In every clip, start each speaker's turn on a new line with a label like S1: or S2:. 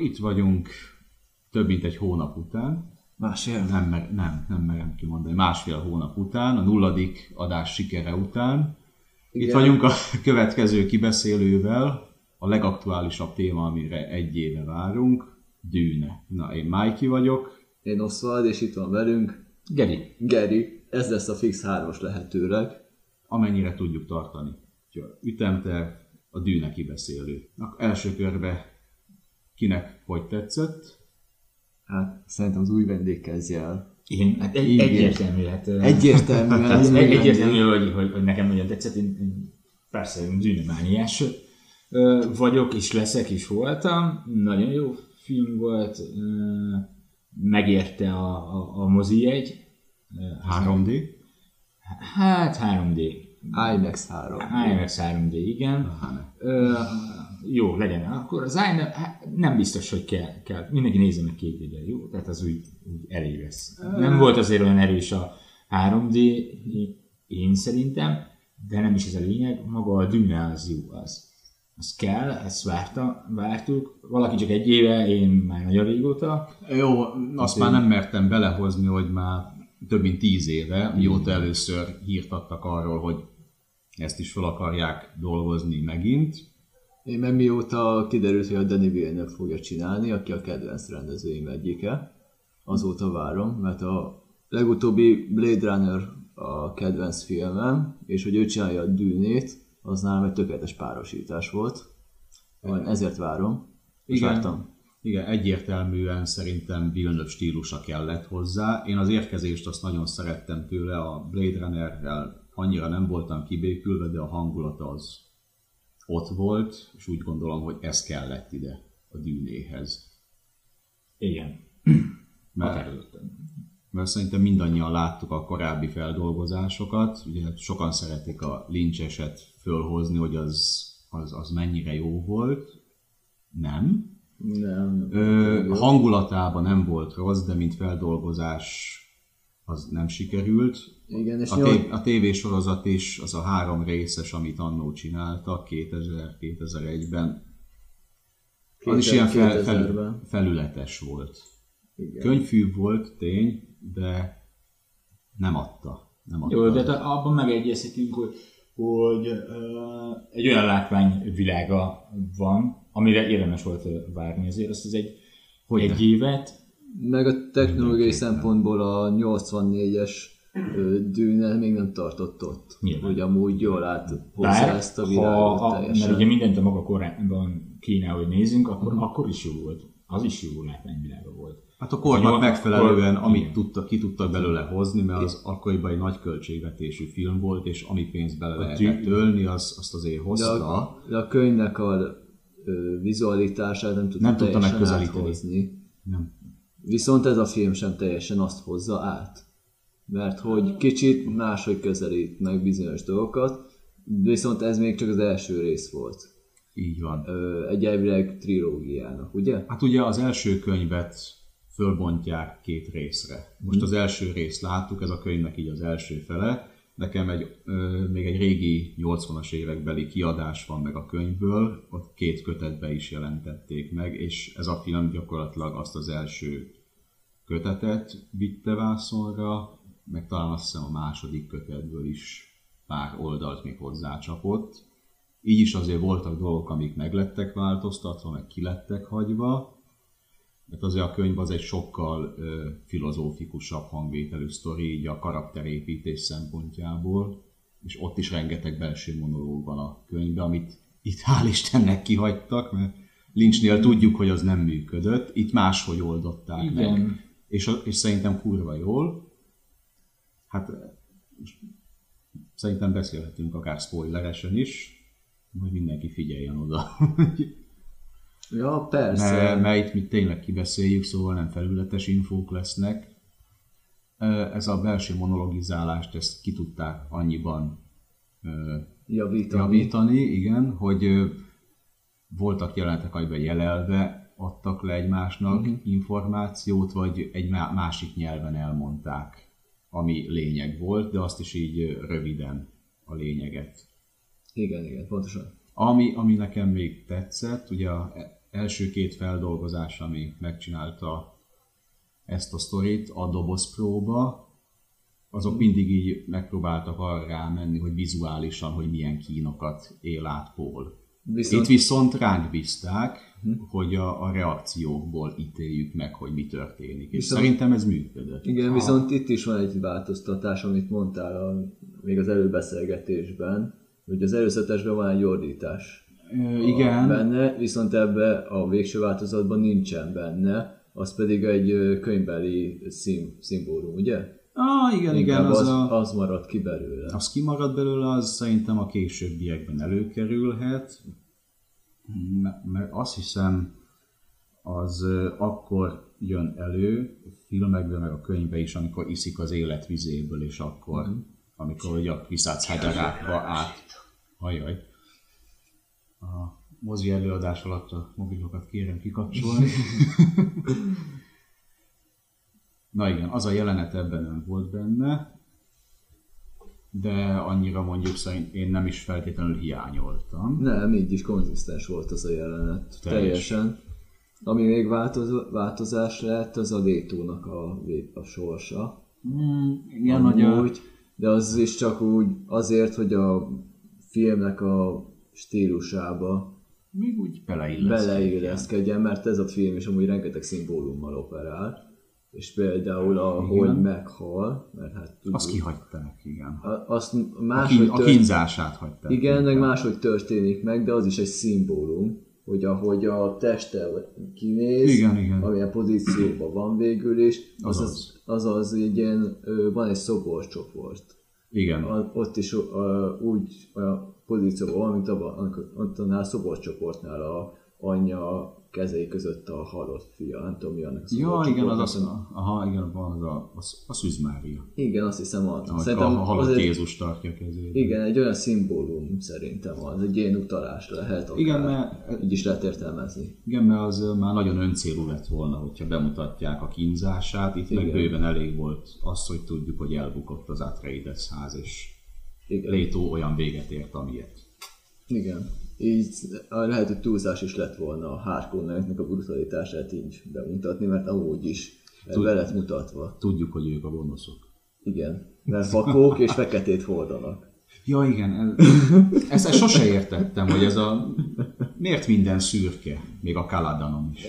S1: itt vagyunk több mint egy hónap után.
S2: Másfél?
S1: Nem, mer- nem, nem merem kimondani. Másfél hónap után, a nulladik adás sikere után. Igen. Itt vagyunk a következő kibeszélővel, a legaktuálisabb téma, amire egy éve várunk, Dűne. Na, én Mikey vagyok.
S2: Én Oswald, és itt van velünk
S1: Geri.
S2: Geri. Ez lesz a fix hármas lehetőleg.
S1: Amennyire tudjuk tartani. Úgyhogy Ütemterv, a Dűne kibeszélő. Na, első körbe kinek hogy tetszett?
S2: Hát szerintem az új vendég kezdje el.
S3: Én, hát egy,
S2: Igen.
S3: egyértelmű, hát, ö,
S2: Egyértelműen
S3: hát
S2: az
S3: egy,
S2: új
S3: egyértelmű
S2: vendég.
S3: hogy, hogy, hogy, nekem nagyon tetszett, én, én persze én dűnemániás ö, vagyok, és leszek, és voltam. Nagyon jó film volt, ö, megérte a, a, a mozi egy.
S1: 3D?
S3: Hát 3D.
S2: IMAX 3.
S3: IMAX 3D, igen. Ö, jó, legyen. Akkor az IMAX, hát nem biztos, hogy kell. kell. Mindenki nézze meg két videó, jó? Tehát az úgy, úgy elég lesz. Nem volt azért olyan erős a 3D, én szerintem, de nem is ez a lényeg. Maga a dűne az jó az. Az kell, ezt várta, vártuk. Valaki csak egy éve, én már nagyon régóta.
S1: Jó, azt már nem mertem belehozni, hogy már több mint tíz éve, mióta először hírt adtak arról, hogy ezt is fel akarják dolgozni megint.
S2: Én meg mióta kiderült, hogy a Danny Villeneuve fogja csinálni, aki a kedvenc rendezőim egyike, azóta várom, mert a legutóbbi Blade Runner a kedvenc filmem, és hogy ő csinálja a dűnét, az nálam egy tökéletes párosítás volt. Van, ezért várom. És
S1: Igen.
S2: vártam.
S1: Igen, egyértelműen szerintem Villeneuve stílusa kellett hozzá. Én az érkezést azt nagyon szerettem tőle, a Blade Runnerrel annyira nem voltam kibékülve, de a hangulata az ott volt, és úgy gondolom, hogy ez kellett ide a dűnéhez.
S3: Igen.
S1: Mert mert szerintem mindannyian láttuk a korábbi feldolgozásokat, ugye sokan szeretik a lincseset fölhozni, hogy az, az, az mennyire jó volt. Nem.
S2: Nem.
S1: Ö, a hangulatában nem volt rossz, de mint feldolgozás az nem sikerült.
S2: Igen, és
S1: A,
S2: nyolc-
S1: té- a tévésorozat is, az a három részes, amit annó csináltak 2000-2001-ben, az is ilyen fel, fel,
S2: 2000-ben.
S1: felületes volt.
S2: Igen.
S1: Könyvfű volt, tény, de nem adta. Nem adta.
S3: Jó, de te- abban megegyezhetünk, hogy, hogy ö, egy olyan látványvilága van, amire érdemes volt ö, várni azért. Azt az egy, hogy egy évet,
S2: Meg a technológiai szempontból a 84-es ö, dűne még nem tartott ott.
S3: Nyilván.
S2: Hogy amúgy jól át hozza
S3: bár,
S2: ezt a
S3: ha,
S2: világot
S3: a,
S2: teljesen.
S3: mert ugye mindent a maga korában kéne, hogy nézzünk, akkor,
S1: Mhm.
S3: akkor is jó volt. Az is jó látványvilága volt.
S1: Hát a kornak
S3: Jó,
S1: megfelelően,
S3: akkor-
S1: amit
S3: igen.
S1: tudta, ki tudtak belőle hozni, mert az akkoriban egy nagy költségvetésű film volt, és ami pénzt bele lehetett
S3: tű-
S1: ölni, az, azt azért
S2: de,
S1: hozta.
S2: a, de a könyvnek a ö, vizualitását nem tudta,
S1: Nem tudta
S2: teljesen
S1: megközelíteni.
S2: áthozni.
S1: Nem.
S2: Viszont ez a film sem teljesen azt hozza át. Mert hogy kicsit máshogy közelít meg bizonyos dolgokat, viszont ez még csak az első rész volt.
S1: Így van.
S2: Ö, egy elvileg trilógiának, ugye?
S1: Hát ugye az első könyvet fölbontják két részre. Most az első részt láttuk, ez a könyvnek így az első fele. Nekem egy, ö, még egy régi 80-as évekbeli kiadás van meg a könyvből, ott két kötetbe is jelentették meg, és ez a film gyakorlatilag azt az első kötetet vitte vászonra, meg talán azt hiszem a második kötetből is pár oldalt még hozzácsapott. Így is azért voltak dolgok, amik meglettek változtatva, meg kilettek hagyva, mert azért a könyv az egy sokkal ö, filozófikusabb hangvételű sztori, így a karakterépítés szempontjából, és ott is rengeteg belső monológ van a könyvben, amit itt hál' Istennek kihagytak, mert Lynchnél tudjuk, hogy az nem működött, itt máshogy oldották
S3: Igen.
S1: meg. És, a- és szerintem kurva jól. Hát ö, most szerintem beszélhetünk akár spoileresen is, hogy mindenki figyeljen oda.
S2: Ja, persze.
S1: mert, mert itt mi tényleg kibeszéljük, szóval nem felületes infók lesznek. Ö, Ez a belső monologizálást, ezt ki tudták annyiban ö,
S2: javítani.
S1: javítani, igen, hogy ö, voltak jelenetek, amiben jelelve adtak le egymásnak uh-huh. információt, vagy egy má- másik nyelven elmondták, ami lényeg volt, de azt is így ö, röviden a lényeget
S2: Igen, igen, pontosan.
S1: Ami, ami nekem még tetszett, ugye a- első két feldolgozás, ami megcsinálta ezt a sztorit a doboz próba, azok mindig így megpróbáltak arra rámenni, hogy vizuálisan, hogy milyen kínokat él át Paul. Viszont... Itt viszont ránk bízták, hm. hogy a, a reakciókból ítéljük meg, hogy mi történik. És
S2: Viszont-
S1: viszont... szerintem ez működött.
S2: Igen, viszont itt is van egy változtatás, amit mondtál a, még az előbeszélgetésben, hogy az előzetesben van egy ordítás.
S1: Ö, igen.
S2: Benne, viszont ebbe a végső változatban nincsen benne, az pedig egy ö, könyvbeli szim, szimbólum, ugye?
S1: Ah, igen, igen,
S2: Inkább
S1: az,
S2: az,
S1: a...
S2: az marad ki belőle.
S1: Az kimarad belőle, az szerintem a későbbiekben előkerülhet, m- mert azt hiszem, az ö, akkor jön elő, filmekben, meg a könyvben is, amikor iszik az élet vizéből, és akkor, mm. amikor ugye a viszátsz hegyarákba át. Ajaj. A mozi előadás alatt a mobilokat kérem kikapcsolni. Na igen, az a jelenet ebben nem volt benne de annyira mondjuk szerint én nem is feltétlenül hiányoltam.
S2: Nem, így is konzisztens volt az a jelenet.
S1: Teljes.
S2: Teljesen. Ami még változ, változás lett, az a Détónak a, vég- a sorsa.
S1: Mm, igen,
S2: amúgy, de az is csak úgy azért, hogy a filmnek a stílusába
S1: még úgy beleillesz.
S2: beleilleszkedjen, mert ez a film is amúgy rengeteg szimbólummal operál, és például a
S1: Igen.
S2: hogy meghal, mert hát tudjuk,
S1: Azt kihagyták, igen.
S2: a- azt
S1: A, kín,
S2: máshogy
S1: a
S2: tört-
S1: kínzását hagyták.
S2: igen, meg máshogy történik meg, de az is egy szimbólum, hogy ahogy a teste kinéz,
S1: Igen, igen.
S2: amilyen pozícióban van végül is, az az,
S1: Azaz.
S2: az, az egy ilyen, ö, van egy szoborcsoport,
S1: Igen,
S2: a- ott is ö, úgy olyan pozícióban van, mint abban, amikor- ott annál a szoborcsoportnál a anyja kezei között a halott fia, nem tudom mi annak
S1: Ja,
S2: a szoborcsoportnak.
S1: igen, az az, aha, igen, van az a, az, a Szűzmária.
S2: Igen, azt hiszem az.
S1: Amikor a
S2: Szerintem
S1: halott
S2: az
S1: azért...
S2: egy,
S1: Jézus tartja kezét.
S2: igen, egy olyan szimbólum szerintem az, egy ilyen utalás lehet akár.
S1: Igen, mert-
S2: Így is lehet értelmezni.
S1: Igen, mert az ö, már nagyon öncélú lett volna, hogyha bemutatják a kínzását. Itt igen.
S2: Igen.
S1: meg bőven elég volt az, hogy tudjuk, hogy elbukott az Atreides ház, és
S2: Igen.
S1: Létó olyan véget ért, amilyet.
S2: Igen. Így a lehet, hogy túlzás is lett volna a hardcore a brutalitását így bemutatni, mert amúgy is Tud... be lett mutatva.
S1: Tudjuk, hogy ők a gonoszok.
S2: Igen. Mert vakók és feketét hordanak.
S1: Ja, igen, ez, ezt, ezt sose értettem, hogy ez a... Miért minden szürke? Még a Kaladanon is.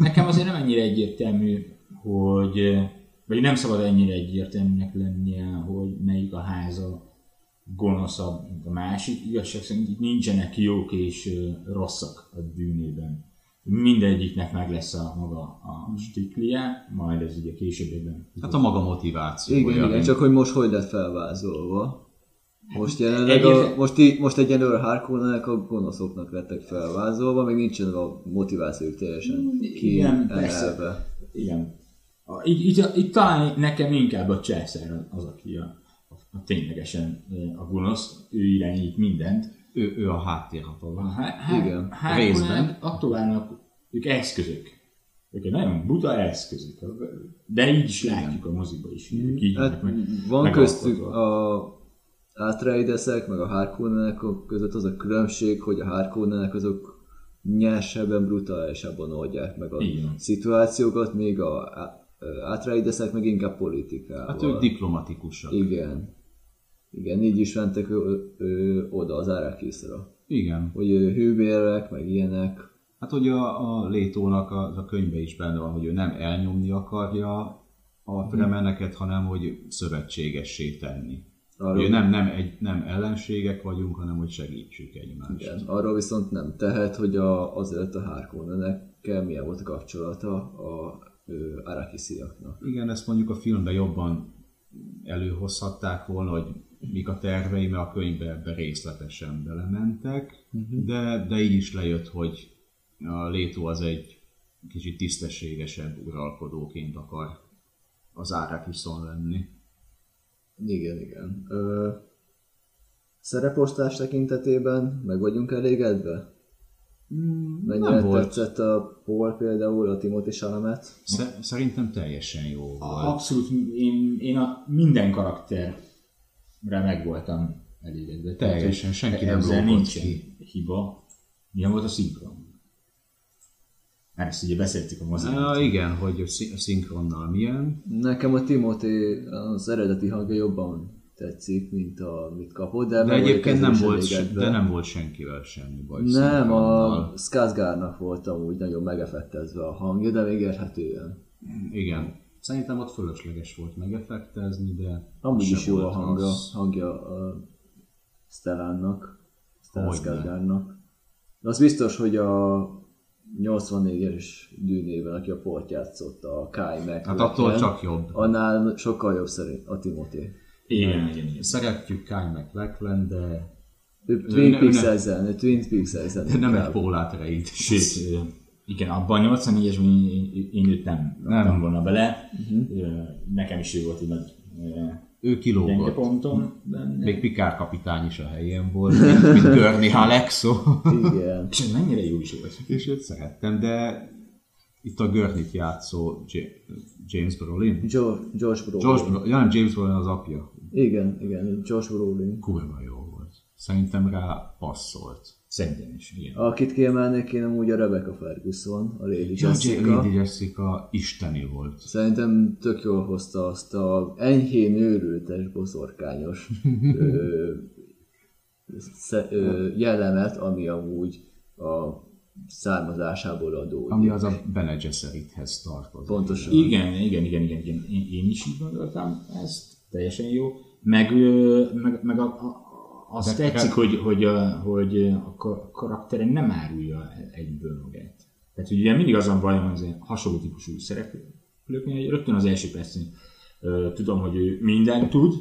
S3: Nekem azért nem ennyire egyértelmű, hogy, eh, vagy nem szabad ennyire egyértelműnek lennie, hogy melyik a háza gonoszabb, mint a másik. Igazság szerint itt nincsenek jók és ö, rosszak a bűnében. Mindegyiknek meg lesz a maga a stiklie, majd ez ugye későbbiekben.
S1: Hát a maga motiváció.
S2: Igen,
S1: olyan,
S2: igen, csak hogy most hogy lett felvázolva. Most jelenleg, a,
S3: Egyébként-
S2: most, í, most egyenlőre Harkonnen-nek a gonoszoknak lettek felvázolva, még nincsen a motivációjuk teljesen ki
S3: igen, persze.
S2: emelve.
S3: Igen. A, így, így, így, talán nekem inkább a császár az, aki a, a, ténylegesen ö, a gonosz, ő irányít mindent,
S1: Ő, ő a háttérhatalom.
S2: Igen,
S3: Hát,
S1: részben.
S3: Attól válnak, ők eszközök. Ők egy nagyon buta eszközök. De így is látjuk a moziba is. Ők így
S2: Hát
S3: hát, meg,
S2: van
S3: megalkotva.
S2: köztük a átreideszek, meg a Harkonnenek között az a különbség, hogy a Harkonnenek azok nyersebben, brutálisabban oldják meg a
S3: Igen.
S2: szituációkat, míg a átreideszek meg inkább politikával.
S1: Hát ők diplomatikusak.
S2: Igen. Igen, így is mentek ő, ő, oda az Árakiszra.
S1: Igen.
S2: Hogy ő hőbérek, meg ilyenek.
S1: Hát hogy a, a Létónak az a könyve is benne van, hogy ő nem elnyomni akarja
S2: Mhm.
S1: a fremeneket, hanem hogy szövetségessé tenni.
S2: Arról,
S1: Hogy nem, nem, egy, nem ellenségek vagyunk, hanem hogy segítsük egymást.
S2: igen, arról viszont nem tehet, hogy a, azelőtt a Harkonnenekkel milyen volt a kapcsolata a ö, Árakisziaknak.
S1: Igen, ezt mondjuk a filmben jobban előhozhatták volna, hogy mik a tervei, mert a könyvbe ebbe részletesen belementek,
S2: Mhm.
S1: de, de így is lejött, hogy a Létó az egy kicsit tisztességesebb uralkodóként akar az Árakiszon lenni.
S2: Igen, igen. Ö, szereposztás tekintetében meg vagyunk elégedve? Mennyire
S1: nem volt.
S2: tetszett a Paul például, a Timothy Salamet?
S1: Sze- Szerintem teljesen jó
S2: Ah,
S1: volt.
S3: abszolút én, én a minden karakterre meg voltam elégedve. Tehát,
S1: Teljesen,
S3: hogy
S1: senki nem
S3: ezzel
S1: lógott
S3: nincsen
S1: ki.
S3: hiba. Milyen volt a szinkron? Mert ezt ugye beszéltük a mozi.
S1: Á, igen, hogy a szi- a szinkronnal milyen.
S2: Nekem a Timothy az eredeti hangja jobban tetszik, mint amit kapott, de,
S1: De
S2: meg vagyok
S1: egyébként
S2: ezzel
S1: nem
S2: is
S1: volt,
S2: elégedve.
S1: de nem volt senkivel semmi baj.
S2: Nem,
S1: szinkronnal.
S2: a Skarsgárnak voltam úgy nagyon megefektezve a hangja, de még érhetően.
S1: Igen. Szerintem ott fölösleges volt megeffektezni, de...
S2: Amúgy
S1: se
S2: is jó a
S1: volt
S2: hangja,
S1: rossz.
S2: hangja a Stellánnak, Stellan
S1: Hogyne.
S2: Skarsgárnak. De az biztos, hogy a 84-es dűnében, aki a port játszott, a Kai meg.
S1: Hát attól csak jobb.
S2: Annál sokkal jobb szerint a Timothy.
S3: Igen, igen, igen.
S1: Szeretjük Kyle McLachlan, de
S2: Ő
S1: Ő
S2: Twin
S1: ne-
S2: Peaks
S1: ő ne-
S2: ezen, ő Twin Peaks ezen.
S1: de nem egy pólát rejt.
S3: Sőt, ö, igen, abban a 84-es mi- én, én őt nem Mhm. raktam volna bele. Ö, Nekem is ő volt egy nagy ö,
S1: Ő
S3: gyenge
S1: kilógott.
S3: pontom benne.
S1: Még Pikár kapitány is a helyén volt, mint, mint Görni Alexo.
S2: Igen.
S3: És ez mennyire jó is volt.
S1: És őt szerettem, de itt a Görnit játszó Ja- James Brolin.
S2: George, George Brolin.
S1: George Brolin, ja, nem James Brolin az apja.
S2: Igen, igen, George Brolin.
S1: Kurva jó volt. Szerintem rá passzolt.
S3: Szerintem is, igen.
S2: Akit kiemelnék én amúgy a Rebecca Ferguson, a Lady
S1: Ja,
S2: Jessica.
S1: Lady Jessica isteni volt.
S2: Szerintem tök jól hozta azt a enyhén őrültes, boszorkányos ö, sze, ö, jellemet, ami amúgy a származásából adódik.
S1: Ami az a Bene Gesserithez tartozik.
S2: Pontosan.
S3: Igen, igen, igen, igen, igen. Én, én is így gondoltam ezt, teljesen jó. Meg, ö, meg, meg a, a, azt
S1: De-
S3: tetszik, hogy, hogy, a, hogy a ka- karaktere nem árulja egyből magát. Tehát hogy ugye mindig azon bajom, hogy az hasonló típusú szereplőknél, hogy rögtön az első percén ö, tudom, hogy ő mindent tud,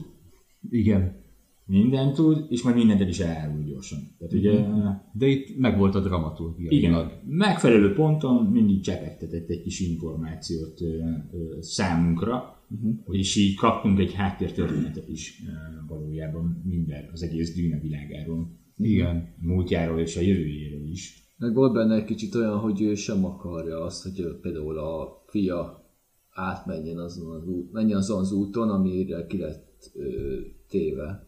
S1: Igen.
S3: mindent tud, és majd mindent el is elárul gyorsan. Tehát ugye
S1: De itt megvolt a dramaturgia.
S3: igen, megfelelő ponton mindig csepegtetett egy kis információt ö, ö, számunkra,
S1: Mhm.
S3: uh-huh. és így kaptunk egy háttértörténetet is ö, valójában minden, az egész dűne világáról,
S1: Igen.
S3: múltjáról és a jövőjéről is.
S2: Meg volt benne egy kicsit olyan, hogy ő sem akarja azt, hogy ő például a fia átmenjen azon az, út, menjen azon az úton, amire ki lett ö, téve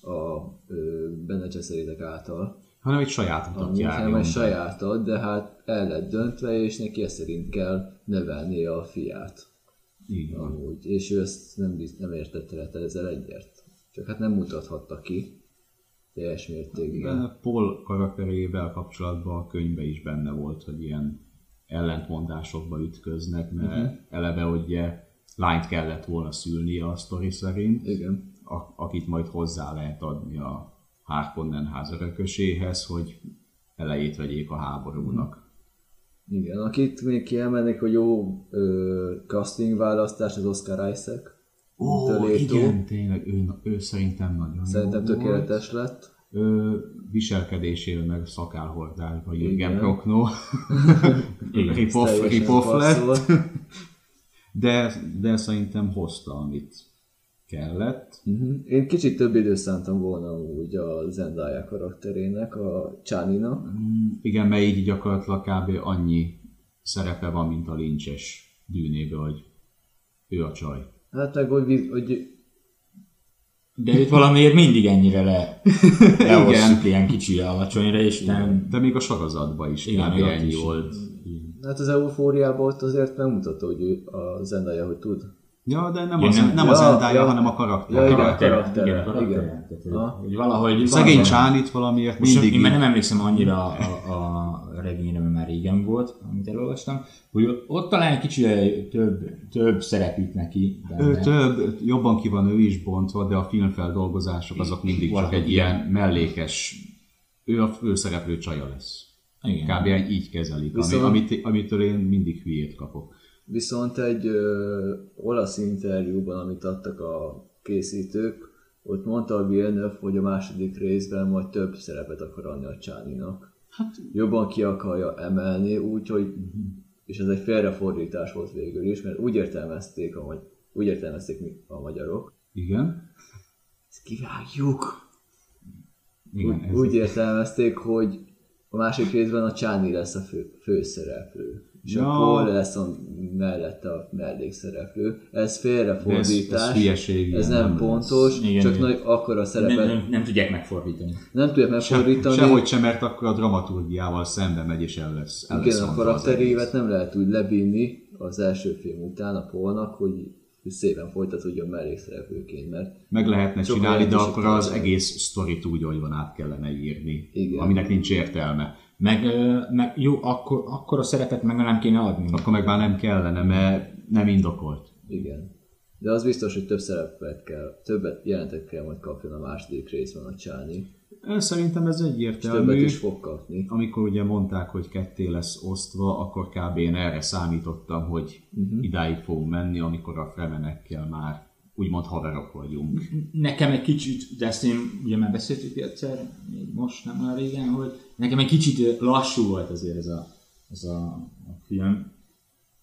S2: a ö, Bene Gesserit által.
S1: Hanem egy saját utat
S2: Hanem
S1: járjon.
S2: egy sajátod, de hát el lett döntve, és neki ezt szerint kell nevelnie a fiát.
S1: Így van.
S2: Amúgy. És ő ezt nem, biz- nem értette le ezzel egyért. Csak hát nem mutathatta ki teljes mértékben.
S1: De Paul karakterével kapcsolatban a könyvben is benne volt, hogy ilyen ellentmondásokba ütköznek, mert uh-huh. eleve ugye lányt kellett volna szülnie a sztori szerint,
S2: Igen.
S1: a- akit majd hozzá lehet adni a Harkonnen ház örököséhez, hogy elejét vegyék a háborúnak.
S2: Igen, akit még kiemelnék, hogy jó ö, casting választás az Oscar Isaac. mint a Leto.
S1: tényleg, ő, ő szerintem nagyon
S2: Szerintem
S1: jó volt.
S2: tökéletes lett.
S1: Ö, viselkedésével meg szakálhordásban
S2: Igen.
S1: Jürgen Prochnow.
S3: Igen.
S1: Ripoff,
S2: Teljesen
S1: ripoff lett.
S2: passzol.
S1: De, de szerintem hozta, amit kellett.
S2: Mhm. Én kicsit több időt szántam volna úgy a Zendaya karakterének, a Csáninak.
S1: Mm, Igen, mert így gyakorlatilag kb. annyi szerepe van, mint a lincses dűnébe, hogy ő a csaj.
S2: Hát meg, hogy, vi- hogy
S3: De őt valamiért mindig ennyire le, leosszuk ilyen kicsire, alacsonyra, és nem...
S1: De még a sorozatban is igen,
S3: Igen,
S1: kb.
S3: még ott
S1: ennyi
S3: is.
S1: volt.
S2: hát az eufóriában ott azért megmutatta, hogy ő a Zendaya, hogy tud.
S1: Ja, de nem,
S3: Én
S1: az,
S3: nem-
S1: nem, nem az
S2: Ja,
S1: endája,
S2: ja.
S1: hanem a
S2: Ja,
S1: karakter.
S2: igen.
S1: Ja,
S3: Karakter,
S2: karaktere,
S3: igen, karakter.
S2: igen.
S3: Tehát,
S2: Aha.
S3: hogy- hogy valahogy...
S1: Szegény
S3: valahogy-
S1: Csánit valamiért
S3: Most
S1: mindig
S3: én már
S1: így-
S3: nem emlékszem annyira a, a, a regényre, mert már régen volt, amit elolvastam, hogy ott talán egy kicsit több, több szerep jut neki. benne.
S1: ő több, jobban ki van ő is bontva, de a filmfeldolgozások azok mindig csak
S3: Valahogy
S1: egy ilyen mellékes, ő a főszereplő csaja lesz.
S3: Igen.
S1: Kb. így kezelik,
S2: Viszont-
S1: ami, amit, amitől én mindig hülyét kapok.
S2: Viszont egy ö, olasz interjúban, amit adtak a készítők, ott mondta a Villeneuve, hogy a második részben majd több szerepet akar adni a Csáninak. Hát... Jobban ki akarja emelni, úgyhogy, és ez egy félrefordítás volt végül is, mert úgy értelmezték a, magy- úgy értelmezték mi- a magyarok.
S1: Igen?
S2: Ezt kivágjuk!
S1: Igen, ez,
S2: Úgy értelmezték, hogy a másik részben a Csáni lesz a fő, főszereplő. és ja. akkor lesz a mellett a mellékszereplő. Ez félrefordítás,
S1: Ez- ez hülyeség,
S2: ez
S1: igen,
S2: nem,
S1: nem
S2: pontos,
S3: lesz. Igen,
S2: csak
S3: igen.
S2: nagy, akkor a szerepet
S3: Nem,
S2: nem,
S3: nem, nem tudják megfordítani.
S2: nem tudja megfordítani.
S1: Sehogy sem, mert akkor a dramaturgiával szembe megy, és el lesz. El lesz
S2: Igen, a
S1: rontva az egész.
S2: karakterévet nem lehet úgy levinni az első film után a polnak, hogy szépen folytatódjon mellékszereplőként, mert
S1: Meg lehetne
S2: Sok
S1: csinálni, de
S2: lehetőség
S1: akkor
S2: van.
S1: az egész sztorit úgy, ahogy van, át kellene írni.
S2: Igen.
S1: Aminek nincs értelme.
S3: Meg, ö, meg jó, akkor, akkor a szerepet meg nem kéne adni.
S1: Akkor meg már nem kellene, mert nem indokolt.
S2: igen. De az biztos, hogy több szerepet kell, többet jelentet kell majd kapjon a második részben a Csáni.
S1: Én Szerintem ez
S2: És többet
S1: egyértelmű.
S2: is fog kapni.
S1: Amikor ugye mondták, hogy ketté lesz osztva, akkor kb. én erre számítottam, hogy
S3: Mhm.
S1: uh-huh. idáig fogunk menni, amikor a fremenekkel már úgymond haverok vagyunk.
S3: Mhm. Nekem egy kicsit, de ezt én ugye már beszéltük egyszer, még most nem olyan régen, hogy nekem egy kicsit ö, lassú volt azért ez a, ez a, a film.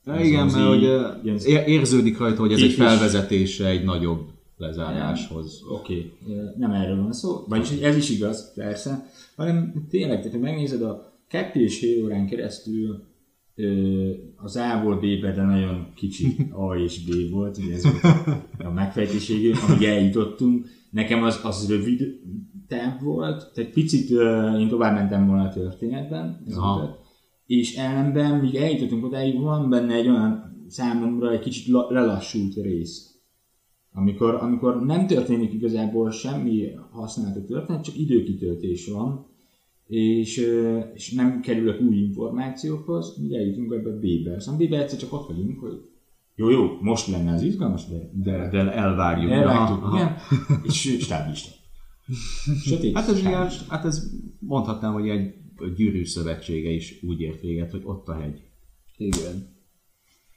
S1: Na
S3: Ez
S1: igen,
S3: az
S1: mert
S3: így-
S1: ugye
S3: ilyen-
S1: ér- érződik rajta, hogy ez
S3: Így
S1: egy
S3: is.
S1: felvezetése egy nagyobb lezáráshoz.
S3: Oké, okay. nem erről van szó, vagyis hogy ez is igaz, persze, hanem tényleg, tehát ha megnézed a kettő és fél órán keresztül ö, az A-ból B-be, de nagyon kicsi A és B volt, ugye ez volt a megfejtéség, amíg eljutottunk. Nekem az, az rövid táv volt, tehát picit ö, én tovább mentem volna a történetben, ez
S1: Aha.
S3: volt. és ellenben, míg eljutottunk odáig, van benne egy olyan számomra egy kicsit la, lelassult rész. Amikor, amikor nem történik igazából semmi használható történet, csak időkitöltés van, és, ö, és nem kerülök új információkhoz, ugye eljutunk ebbe a B-be. Szóval B-be egyszer csak ott vagyunk, hogy jó, jó, most lenne az izgalmas, de,
S1: De, de elvárjuk.
S3: elvágtuk,
S1: Aha, aha.
S3: igen, és stáblista. Sötét
S1: Hát ez, ilyen,
S3: stáblista.
S1: hát ez mondhatnám, hogy egy a gyűrű szövetsége is úgy ért véget, hogy ott a hegy
S2: Igen.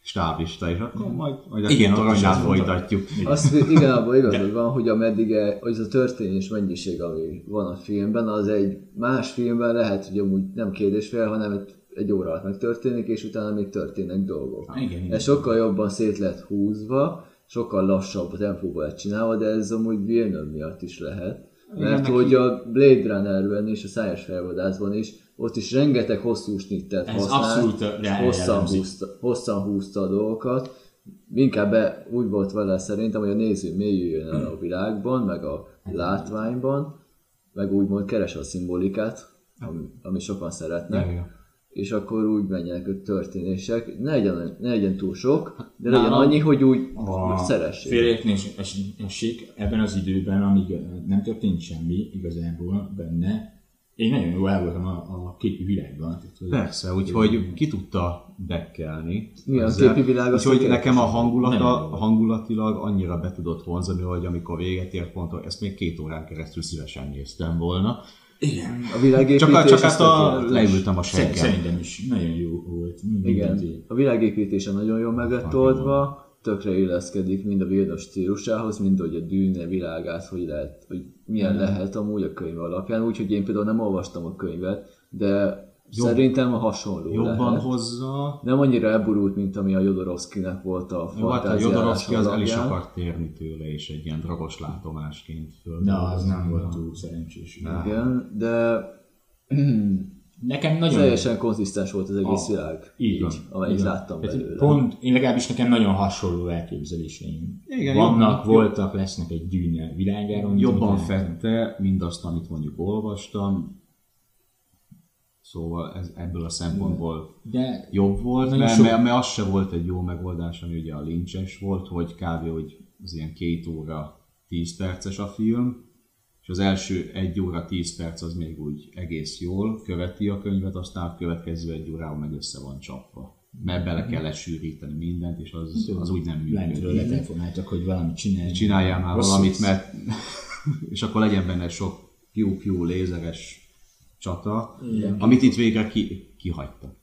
S1: stáblista, és akkor majd, majd a
S3: Igen,
S1: két
S3: ott is
S1: tornynál
S3: ez volt.
S1: folytatjuk.
S2: Azt igen, abban igazad van, hogy ameddig e- hogy az a történés mennyiség, ami van a filmben, az egy más filmben lehet, hogy amúgy nem kérdés fel, hanem egy, egy óra alatt megtörténik, és utána még történnek dolgok.
S3: Igen, igen.
S2: Ez sokkal jobban szét lett húzva, sokkal lassabb tempóban lett csinálva, de ez amúgy Villeneuve miatt is lehet. Mert
S1: neki-
S2: hogy a Blade Runnerben és a Szájás Felvadászban is, ott is rengeteg hosszú snittet
S3: Ez
S2: használt,
S3: abszolút rá
S2: hosszan,
S3: jellemzik.
S2: húzta, hosszan húzta a dolgokat. Inkább be, úgy volt vele szerintem, hogy a néző mélyüljön el
S1: Hmm.
S2: a világban, meg a
S1: Hát
S2: látványban, meg úgymond keres a szimbolikát, ami, ami sokan szeretnek
S1: Ja, ja.
S2: és akkor úgy menjenek a történések, ne legyen, ne legyen túl sok, de
S3: Nálam
S2: legyen annyi, hogy úgy
S3: a
S2: szeressék.
S3: félreértés esik ebben az időben, amíg ö, nem történt semmi igazából benne. Én nagyon jól el voltam a, a képi világban. Tehát, hogy-
S1: Persze, úgyhogy ki tudta dekkelni.
S2: Mi a
S1: Ezzel.
S2: képi világ, azt
S1: Úgyhogy
S2: nem
S1: nekem a hangulata,
S3: Nem.
S1: hangulatilag annyira be tudott vonzani, hogy amikor véget ért pont, ezt még két órán keresztül szívesen néztem volna.
S3: Igen.
S2: A világépítés
S1: Csak, a, csak hát
S2: az
S1: a,
S2: tökéletes.
S1: leültem a
S3: Szer-
S1: senken.
S3: Szerintem is nagyon jó volt. Mind-
S2: Igen,
S3: mindent.
S2: a világépítése nagyon jól meg lett oldva, tökre illeszkedik mind a Vilnos stílusához, mind hogy a dűne világát, hogy, lehet, hogy milyen lehet amúgy a könyv alapján, úgyhogy én például nem olvastam a könyvet, de szerintem hasonló
S1: Jobban
S2: lehet.
S1: hozza.
S2: Nem annyira elborult, mint ami a Jodorowskynek volt a
S1: Jó, hát a
S2: fantáziálása
S1: Jodorowsky az el is
S2: alapján.
S1: akart térni tőle, és egy ilyen dragos látomásként föl.
S3: Na, az nem volt túl szerencsés.
S2: Igen, de
S3: Nekem nagyon...
S2: Teljesen konzisztens volt az egész világ.
S3: Így van.
S2: Amelyik
S3: Így van.
S2: láttam
S3: Tehát
S2: belőle.
S3: Pont, én legalábbis nekem nagyon hasonló elképzeléseim.
S1: Igen,
S3: Vannak,
S1: jobban-
S3: voltak, lesznek egy dűne világáron. mint
S1: Jobban
S3: amit én-
S1: fette mindazt, amit mondjuk olvastam. Szóval ez, ebből a szempontból
S3: De
S1: jobb volt,
S3: Nagyon
S1: mert,
S3: sok-
S1: mert, mert az se volt egy jó megoldás, ami ugye a lincses volt, hogy kb. hogy az ilyen két óra, tíz perces a film, és az első egy óra, tíz perc az még úgy egész jól követi a könyvet, aztán a következő egy órában meg össze van csapva. Mert bele kellett sűríteni mindent, és az, az úgy nem
S3: lentről
S1: működik.
S3: letelefonáltak, hogy valamit csinálj.
S1: Csináljál már
S3: Rossz
S1: valamit,
S3: lesz.
S1: mert és akkor legyen benne sok piú-piú lézeres csata,
S3: Igen.
S1: amit itt végre ki, kihagytak.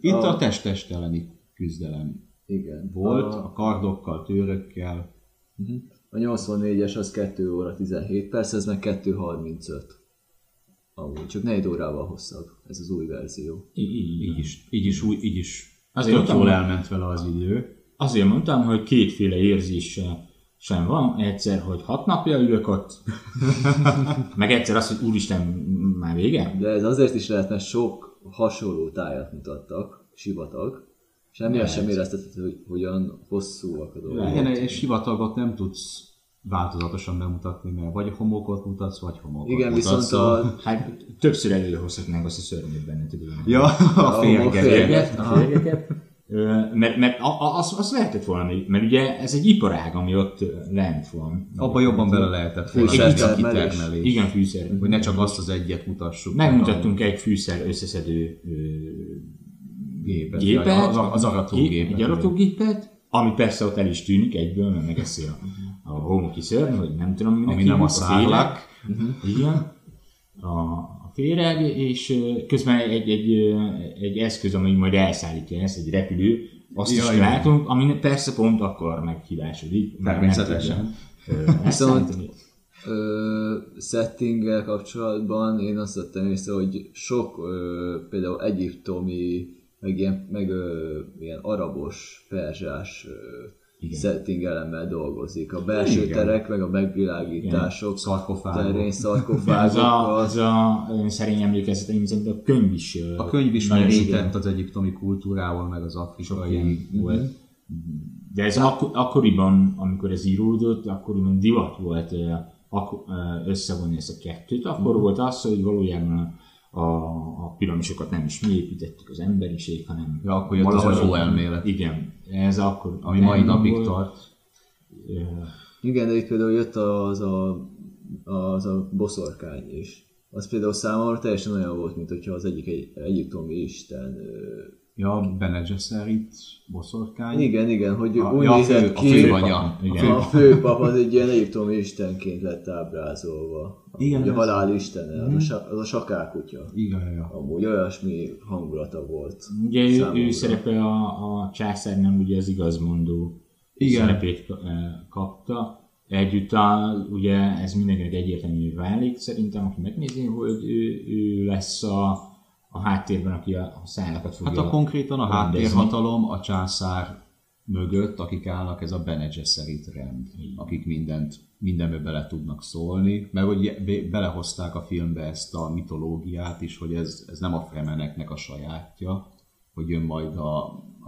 S1: Itt a test-test elleni küzdelem
S2: Igen.
S1: volt,
S2: A,
S1: a kardokkal, tőrökkel.
S2: a 84-es az 2 óra 17 perc, ez meg 2.35. Amúgy, csak 4 órával hosszabb. Ez az új verzió.
S3: Így, így, így.
S1: Így is, így is, úgy, így is.
S3: Azért
S1: Azért tök jól
S3: mondtam,
S1: elment vele az idő.
S3: Azért mondtam, hogy kétféle érzés sem van. Egyszer, hogy hat napja ülök ott, meg egyszer az, hogy úristen, m- már vége?
S2: De ez azért is lehet, mert sok hasonló tájat mutattak, sivatag, Semmi az sem éreztethető, hogy hogyan hosszúak a dolgok.
S1: Igen, és hivatagot nem tudsz változatosan bemutatni, mert vagy homokot mutatsz, vagy homokot
S2: Igen,
S1: mutatsz.
S2: viszont a...
S3: Hát többször előhozhatnánk azt a szörnyet benne, tudod.
S1: Ja, a fényeket.
S2: férget.
S3: férget, a férgeket. Ö, Mert, mert a- a- azt, azt lehetett volna, hogy- mert ugye ez egy iparág, ami ott lent van.
S1: Abba jobban bele lehetett volna.
S2: Fűszer
S1: Egy kicsi
S2: termelés.
S1: kitermelés.
S3: Igen, fűszer.
S1: Hogy ne csak azt az egyet mutassuk. hát
S3: Megmutattunk egy fűszer összeszedő ö,
S1: gépet.
S3: gépet,
S1: Az, az aratógépet.
S3: egy aratógépet, ami persze ott el is tűnik egyből, mert megeszi a, a homoki szörny, vagy nem tudom, minek
S1: Ami nem
S3: hívjuk, Mhm.
S1: a
S3: félek.
S1: szárlak.
S3: Igen. A, a féreg, és ö, közben egy, egy, ö, egy eszköz, ami majd elszállítja ezt, egy repülő, azt
S1: Ja,
S3: ja, is
S1: igen.
S3: látunk, ami persze pont akkor meghibásodik. mert nem
S1: Természetesen.
S3: tudja, ö, elszállítani.
S2: ö, settinggel kapcsolatban én azt vettem észre, hogy sok ö, például egyiptomi, meg ilyen, meg, ö, ilyen arabos, perzsás ö,
S3: Igen.
S2: setting elemmel dolgozik. A belső
S1: Igen.
S2: terek, meg a megvilágítások
S1: Szarkofágok.
S2: terén
S3: De az a,
S2: szarkofágokkal.
S3: az a én szerény emlékezeteim szerint a könyv is. ö,
S1: A könyv is
S3: nagyon
S1: megérintett az egyiptomi kultúrával, meg az afrikai
S3: Mhm.
S1: volt.
S3: Szóval De ez ak- akkoriban, amikor ez íródott, akkoriban divat volt ö, ak- ö, összevonni ezt a kettőt. Akkor
S1: Mhm.
S3: volt az, hogy valójában a, a, a piramisokat nem is mi építettük az emberiség, hanem
S1: Ja, akkor jött az
S3: valahogy-
S1: Ozó elmélet.
S3: Igen, ez akkor
S1: Ami
S3: nem
S1: mai napig
S3: volt.
S1: tart.
S3: Ö,
S2: Igen, de itt például jött az a, az a boszorkány is. Az például számomra teljesen olyan volt, mint hogyha az egyik egy, egyiptomi isten ö,
S1: Ja, Bene Gesserit, boszorkány.
S2: Igen, igen, hogy
S1: A-
S2: úgy
S1: ja, a
S2: nézett
S1: fő- a
S2: ki,
S1: főanya.
S2: a,
S1: Igen.
S2: a főpap az egy ilyen egyiptomi istenként lett ábrázolva.
S1: Igen,
S2: Ugye a
S1: ez- Mhm.
S2: halál istene, az, a, sa- az a sakákutya.
S1: Igen, ja.
S2: Amúgy olyasmi hangulata volt.
S1: Mhm.
S3: Ugye ő, ő
S2: számomra.
S3: szerepel a, a császárnál, ugye az igazmondó
S1: Igen.
S3: szerepét ö, kapta. Együtt a, ugye ez mindenkinek egyértelmű válik, szerintem, aki megnézi, hogy ő, ő lesz a, a háttérben, aki a, a szálakat fogja
S1: Hát a konkrétan a
S3: rendezni.
S1: háttérhatalom a császár mögött, akik állnak, ez a Bene Gesserit rend, akik mindent, mindenbe bele tudnak szólni, mert hogy be- belehozták a filmbe ezt a mitológiát is, hogy ez, ez nem a fremeneknek a sajátja, hogy jön majd a,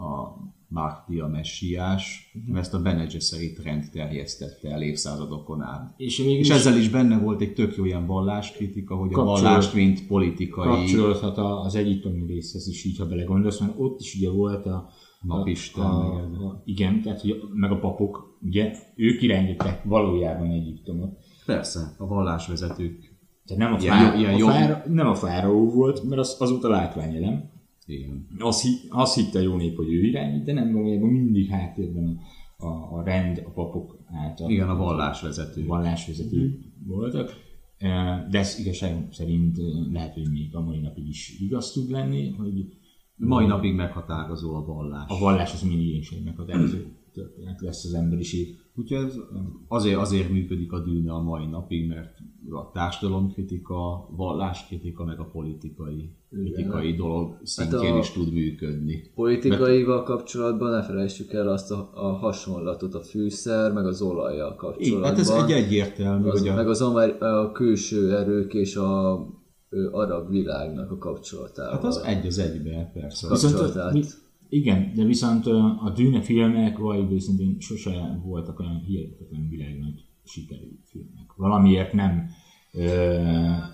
S1: a Mahdi, a messiás,
S3: Mhm.
S1: mert ezt a Bene Gesserit rend terjesztette el évszázadokon át.
S3: És mégis
S1: És ezzel is benne volt egy tök jó ilyen valláskritika, hogy a
S3: Kapcsolat-
S1: vallást, mint politikai
S3: kapcsolódhat a- az egyiptomi részhez is, így, ha belegondolsz, mert ott is ugye volt a
S1: Napisten,
S3: a,
S1: meg ez.
S3: a, igen, tehát hogy meg a papok, ugye, ők irányították valójában Egyiptomot.
S1: Persze, a vallásvezetők.
S3: Tehát nem a,
S1: Ilyen
S3: fá,
S1: jó- ilyen
S3: a
S1: jó-
S3: fára, nem a fáraó volt, mert az, az volt a látványelem.
S1: Igen.
S3: Azt, hi, azt hitte a jó nép, hogy ő irányít, de nem valójában mindig háttérben a, a, a rend a papok által.
S1: Igen, a Mhm. vallásvezető.
S3: vallásvezetők voltak. Eh, De ez igazság szerint eh, lehet, hogy még a mai napig is igaz tud lenni, hogy
S1: Mai napig meghatározó a vallás.
S3: a vallás az mindig is egy meghatározó történet lesz az emberiség.
S1: Úgyhogy ez azért, azért működik a dűne a mai napig, mert a társadalomkritika, valláskritika, meg a politikai, kritikai dolog szintjén
S2: a-
S1: is tud működni.
S2: Politikaival kapcsolatban ne felejtsük el azt a, a hasonlatot a fűszer, meg az olajjal kapcsolatban.
S1: Hát ez egy egyértelmű,
S2: az,
S1: hogy a,
S2: meg az amer, a külső erők és a ö, arab világnak a kapcsolatával.
S1: hát az egy az egybe, persze.
S3: Viszont,
S2: Kapcsolatát.
S3: mi- igen, de viszont ö, a dűne filmek valójában őszintén sose voltak olyan hihetetlen világnagy sikerű filmek. Valamiért nem. ö,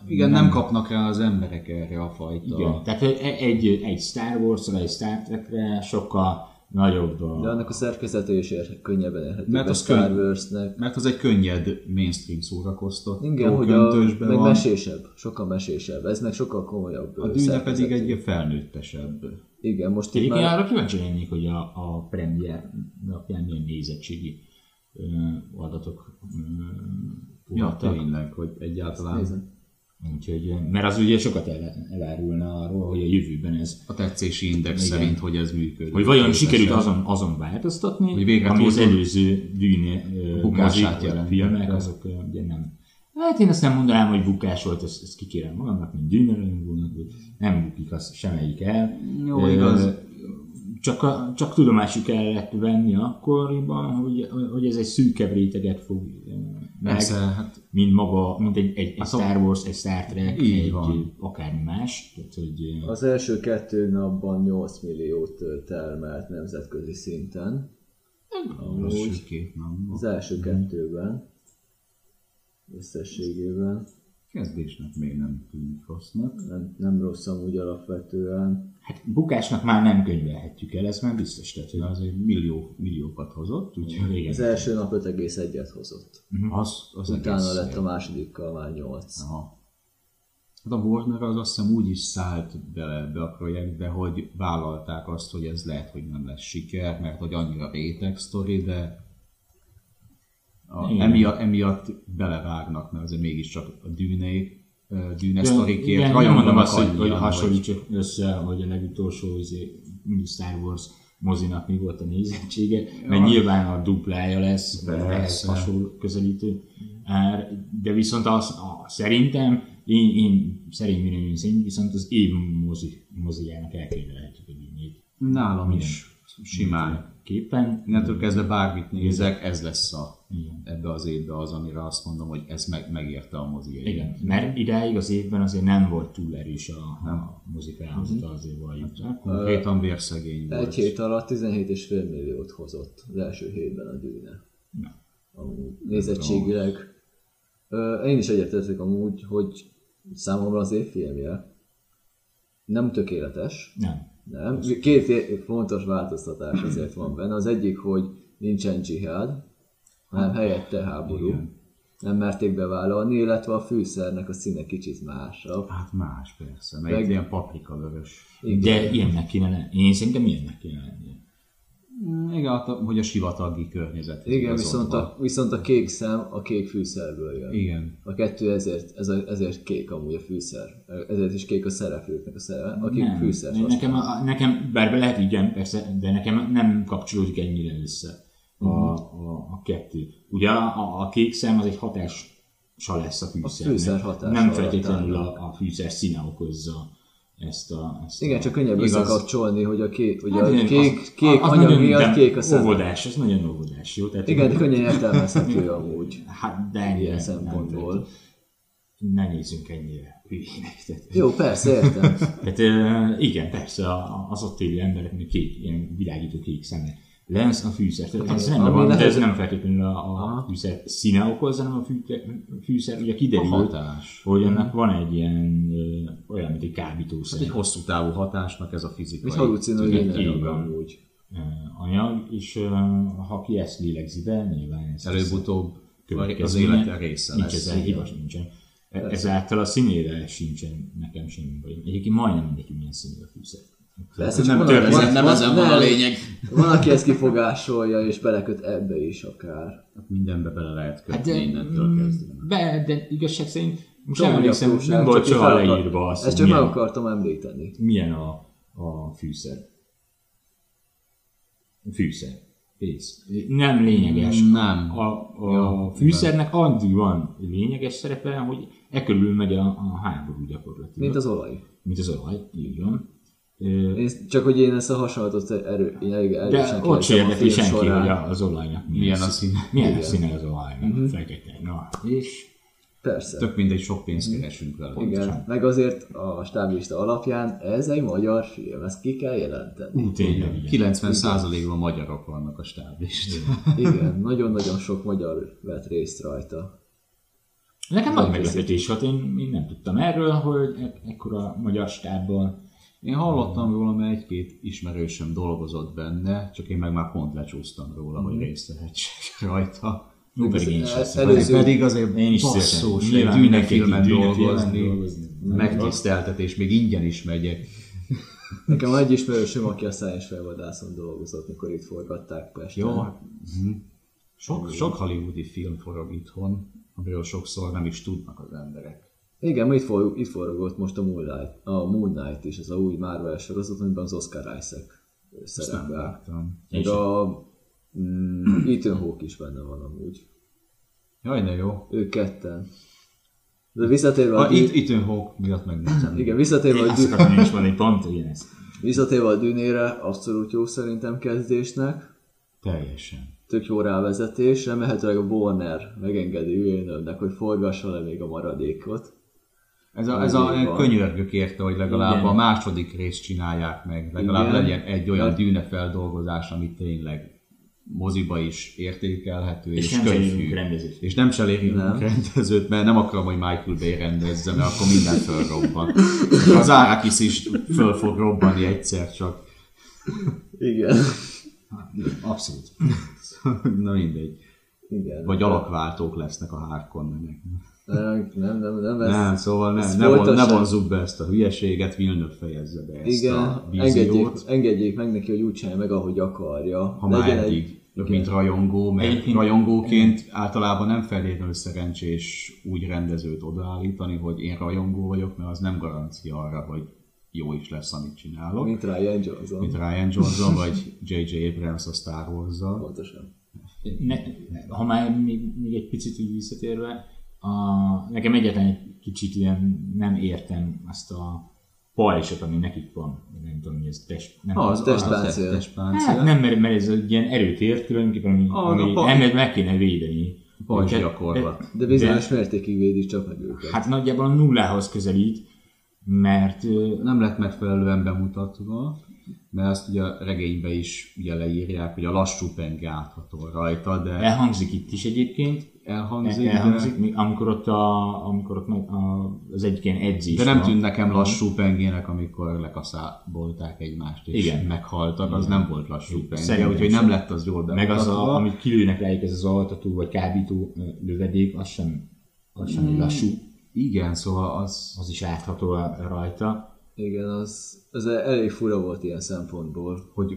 S1: Igen, nem kapnak rá az emberek erre a fajta.
S3: Igen, tehát egy, egy, egy Star Wars-ra, egy Star Trek-re sokkal nagyobb a...
S2: De annak a szerkezete is ér, könnyebben
S1: Mert
S2: érhető. Mert a
S1: az
S2: Star
S1: könny-
S2: Warsnek.
S1: Mert az egy könnyed mainstream szórakoztató,
S2: Igen, hogy a,
S1: köntösben
S2: meg
S1: van.
S2: mesésebb, sokkal mesésebb, ez meg sokkal komolyabb.
S1: A dűne pedig egy ilyen felnőttesebb.
S2: Igen, most itt
S3: Egyébként
S2: már...
S3: arra kíváncsi lennék, hogy a, a premier napján milyen nézettségi ö, adatok ö,
S1: Ja,
S3: voltak.
S1: tényleg, hogy egyáltalán
S2: Nézem.
S3: Úgyhogy, ö, mert az ugye sokat el, elárulna arról, hogy a jövőben ez
S1: a tetszési index
S3: Igen.
S1: szerint, hogy ez működik.
S3: hogy vajon sikerült
S1: az
S3: azon, azon változtatni,
S1: Hogy végre
S3: ami az
S1: túl-
S3: előző dűne ö,
S1: bukását
S3: mozik, vagy
S1: jelent.
S3: filmek, azok ö, ugye nem. Hát én azt nem mondanám, hogy bukás volt, ezt, ezt kikérem magamnak, mint dűnerőnkülnek, hogy nem bukik az semmelyik el.
S1: Jó,
S3: Ö,
S1: igaz.
S3: Csak, a, csak tudomásuk kellett venni akkoriban, hogy, hogy ez egy szűkebb réteget fog ö, meg,
S1: Persze, hát
S3: mint maga, mint egy, egy, egy
S1: Hát a-
S3: Star Wars, egy Star Trek,
S1: Így
S3: egy
S1: van.
S3: akármi más. Tehát, hogy,
S2: Az első kettő napban 8 milliót ö, termelt nemzetközi szinten.
S1: első
S2: Amúgy
S1: két napban.
S2: az első kettőben összességében.
S1: Kezdésnek még nem tűnik rossznak.
S2: Nem, nem rossz amúgy alapvetően.
S3: hát bukásnak már nem könyvelhetjük el, ez már biztos. Tehát, hogy
S1: De az egy millió, milliókat hozott, úgyhogy
S3: igen.
S2: Az első nap 5,1-et hozott.
S1: az, az
S2: Utána
S1: egész
S2: lett a
S1: szép.
S2: másodikkal már 8.
S1: Aha. Hát a Warner az azt hiszem úgy is szállt bele ebbe a projektbe, hogy vállalták azt, hogy ez lehet, hogy nem lesz siker, mert hogy annyira réteg sztori, de a,
S3: Igen.
S1: emiatt, emiatt belevágnak, mert azért mégiscsak a dűnék, ö, dűne
S3: Igen,
S1: sztorikért
S3: igen, nem mondom
S1: rajonganak
S3: azt, hogy, hogy
S1: annyian,
S3: hasonlítsuk össze, hogy a legutolsó izé, Star Wars mozinak mi volt a nézettsége, mert nyilván a duplája lesz, vagy ehhez
S1: Persze.
S3: hasonló közelítő ár, de viszont az, a, szerintem, én, én szerint minőmű szerint viszont az év mozi, mozijának elkönyvelhetjük egy így
S1: Nálam is simán.
S3: képen.
S1: Innentől kezdve bármit nézek, ez lesz a,
S3: Igen.
S1: ebbe az évbe az, amire azt mondom, hogy ez meg, megérte a mozi
S3: Igen, mert idáig az évben azért nem volt túl erős a, a mozi felhozata,
S2: Mhm.
S3: azért valljuk.
S2: Hát,
S3: be.
S1: Konkrétan vérszegény volt.
S2: Egy hét alatt 17,5 milliót hozott az első hétben a dűne.
S3: Na.
S2: Amúgy Nézettségileg. Ö, Én is egyetértek amúgy, hogy számomra az év filmje nem tökéletes,
S3: Nem.
S2: nem. Két é- fontos változtatás azért van benne. Az egyik, hogy nincsen dzsihád, hanem helyette háború. Nem merték bevállalni, illetve a fűszernek a színe kicsit másabb.
S1: Hát más persze, meg, meg ilyen paprikalövös.
S3: De ilyennek kéne lenni. Én szerintem ilyennek kéne lenni.
S1: Mm, Igen, hát a- hogy a sivatagi környezet.
S2: Igen, viszont a, viszont a kék szem a kék fűszerből jön.
S1: Igen.
S2: A kettő ezért, ez a, ezért kék amúgy a fűszer. Ezért is kék a szereplőknek a szerepe, akik
S3: Nem.
S2: fűszert használnak.
S3: Nekem, a, a- nekem, bár be lehet igen, persze, de nekem nem kapcsolódik ennyire össze a,
S2: Mhm.
S3: a, a kettő. Ugye a, a kék szem az egy hatás lesz a fűszernek.
S2: fűszer hatása
S3: Nem
S2: alatt
S3: feltétlenül
S2: állnak.
S3: a, a fűszer színe okozza ezt a... Ezt
S2: Igen,
S3: a,
S2: csak könnyebb
S3: Igaz.
S2: összekapcsolni, hogy a kék, ugye
S3: igen,
S2: a kék,
S3: az-
S2: kék
S3: az
S2: anyag
S3: nagyon-
S2: miatt
S3: de
S2: kék a szem.
S3: Óvodás, az nagyon óvodás, jó? Tehát
S2: Igen, de könnyen értelmezhető amúgy.
S3: Hát, de ennyire
S2: Ilyen
S3: nem,
S2: szempontból.
S3: Ne nézzünk ennyire hülyének. Tehát,
S2: Jó, persze, értem.
S3: Tehát ö, igen, persze a- a- az ott élő embereknek kék, ilyen világító kék szeme lesz a fűszer. Tehát ez rendben
S2: Ami
S3: van, de
S2: Hát lehet-
S3: ez nem feltétlenül a, a fűszer színe okozza, hanem a fűte- fűszer ugye
S1: A
S3: kiderült,
S1: hatás.
S3: hogy
S2: Mhm.
S3: annak van egy ilyen ö, olyan, mint egy kábítószer
S2: Hát,
S1: Egy hosszú távú hatásnak ez a fizikai.
S2: Egy halucinogén
S3: Így
S2: anyag
S3: van.
S2: amúgy.
S3: ö, anyag, és ö, ha ki ezt lélegzi be, nyilván ez
S1: Előbb-utóbb vagy az
S3: következménye.
S1: élete része
S3: Nincs
S1: lesz.
S3: ezzel hiba sincsen. E- Ezáltal a színére sincsen nekem semmi bajom. Egyébként majdnem mindegy, milyen színű a fűszer.
S1: Hát
S2: Persze,
S1: nem
S2: csak
S1: törvény,
S2: van-
S4: nem ezen van a
S2: nem.
S4: lényeg.
S2: Van, aki ezt kifogásolja, és beleköt ebbe is akár.
S1: Hát Mindenbe bele lehet
S3: Hát
S1: kötni
S3: de,
S1: innentől kezdve.
S3: be, de igazság szerint most
S2: Tudom,
S3: nem
S2: hogy a
S3: emlékszem,
S2: túlság,
S3: nem volt
S2: csak
S3: soha
S2: én fel akar-
S3: leírva az,
S2: Ezt
S3: hogy
S2: csak meg
S3: milyen,
S2: akartam említeni.
S3: milyen a, a fűszer. Fűszer. Kész. Nem lényeges.
S1: Nem.
S3: A, a ja, fűszernek addig van lényeges szerepe, hogy e körül megy a, a háború gyakorlatilag.
S2: Mint az olaj.
S3: Mint az olaj, így van. Ö,
S2: Én, csak hogy én ezt a hasonlatot erő, én elég
S3: De
S2: erősen
S3: ott se
S2: érzem a
S3: érdekli
S2: film
S3: senki,
S2: során.
S3: hogy az olajnak milyen,
S1: Milyen a színe.
S3: Milyen a színe az olajnak, uh-huh. fekete. Na, és
S2: Persze.
S1: Tök mindegy, sok pénzt keresünk vele.
S2: Igen, meg azért a stáblista alapján ez egy magyar film, ezt ki kell jelenteni.
S3: tényleg igen.
S1: 90%-ban magyarok vannak a stáblistán.
S2: Igen, nagyon-nagyon sok magyar vett részt rajta.
S3: Nekem nagy meglepetés volt, én, én nem tudtam erről, hogy e- ekkora magyar stábban
S1: Én hallottam róla, mert egy-két ismerősöm dolgozott benne, csak én meg már pont lecsúsztam róla, hogy részt vehessek rajta.
S3: Mhm. jó, pedig én is
S2: Ez-
S3: azt
S2: E- előző-
S3: hittem.
S1: Pedig azért
S3: Én is
S1: basszós,
S3: szeretem. Nyilván
S1: egy dűne
S3: mindenki
S1: filmen
S3: dűne filmen
S1: dolgozni,
S3: dolgozni.
S1: megtiszteltetés, még ingyen is megyek.
S2: Nekem van egy ismerősöm, aki a Science Felvadászon dolgozott, mikor itt forgatták Pesten.
S1: Jó, hát, mhm. sok, sok hollywoodi film forog itthon, amiről sokszor nem is tudnak az emberek.
S2: Igen, ma itt, for, itt forgott most a Moonlight, a Moon Knight is, ez a új Marvel sorozat, amiben az Oscar Isaac
S1: Nem
S2: szerepel.
S1: láttam.
S2: Meg a mm, Ethan Hawke is benne van amúgy.
S1: Jaj, de jó.
S2: Ők ketten. De visszatérve a,
S1: A, itt,
S2: dű-
S1: itt Hawk miatt meg nem.
S2: igen, visszatérve
S3: Én
S2: a dű-
S3: azt akartam én is mondani, pont ugyanezt.
S2: Visszatérve a dűnére, abszolút jó szerintem kezdésnek.
S1: Teljesen.
S2: tök jó rávezetés, remélhetőleg a Warner megengedi Villeneuve-nek, hogy forgassa le még a maradékot.
S1: Ez a, ez a
S2: Valóban.
S1: könyörgök érte, hogy legalább
S3: Igen.
S1: a második részt csinálják meg, legalább
S2: Igen. Hát-
S1: legyen egy olyan dűnefeldolgozás, amit tényleg moziba is értékelhető, és,
S3: És
S1: és
S3: nem
S1: könyvű.
S3: cserélünk rendezést.
S1: És nem cserélünk
S2: Nem.
S1: rendezőt, mert nem akarom, hogy Michael Bay rendezze, mert akkor minden fölrobban. Az Árakis is föl fog robbanni egyszer csak.
S2: Igen.
S3: Abszolút.
S1: Na mindegy.
S2: Igen.
S1: Vagy alakváltók lesznek a hárkon. meg.
S2: Nem, nem, nem, nem, ez,
S1: Nem, szóval nem,
S2: ezt
S1: ne, von, ne
S2: folytassák.
S1: vonzzuk be ezt a hülyeséget, Villeneuve fejezze be ezt
S2: Igen,
S1: a
S2: engedjék,
S1: víziót.
S2: engedjék meg neki, hogy úgy csinálja meg, ahogy akarja.
S1: ha már
S2: Legyen egy-
S1: eddig, egy... mint rajongó, mert
S3: Egyébként-
S1: rajongóként általában nem feltétlenül szerencsés úgy rendezőt odaállítani, hogy én rajongó vagyok, mert az nem garancia arra, hogy jó is lesz, amit csinálok.
S2: Mint Ryan Johnson.
S1: Mint Ryan Johnson, vagy J.J. Abrams a Star Wars-zal.
S2: Pontosan.
S3: Ne, ha már még, még egy picit úgy visszatérve, a, nekem egyetlen egy kicsit ilyen nem értem azt a pajzsot, ami nekik van. Nem tudom, mi ez test... Nem
S2: Az testpáncél.
S1: a testpáncél.
S3: Hát nem, mert, mert ez egy ilyen erőtért tulajdonképpen, ami,
S1: Ah,
S3: ami
S1: a pajzs.
S3: elméletileg meg kéne védeni.
S1: Pajzs
S3: Őket.
S1: gyakorlat.
S2: De bizonyos mértékig védi csak meg őket.
S3: Hát nagyjából a nullához közelít, mert ö,
S1: Nem lett megfelelően bemutatva, mert azt ugye a regénybe is ugye leírják, hogy a lassú penge áthatol rajta, de
S3: elhangzik itt is egyébként,
S1: E- elhangzik, de-
S3: elhangzik, mi- amikor ott, a, amikor ott meg a, az egyik ilyen edzés
S1: De nem
S3: van.
S1: tűnt nekem lassú pengének, amikor lekaszábolták egymást, és
S3: Igen.
S1: Igen. meghaltak, az
S3: Igen.
S1: nem volt lassú penge,
S3: Szerintem
S1: úgyhogy
S3: sem.
S1: nem lett az jól
S3: Meg az, a,
S1: bemutatva.
S3: amit kilőnek rájuk, ez az altató vagy kábító ö, lövedék, az sem, az
S1: Hmm.
S3: sem egy lassú,
S1: Igen, szóval az...
S3: az is látható a- rajta.
S2: Igen, az, az elég fura volt ilyen szempontból.
S1: hogy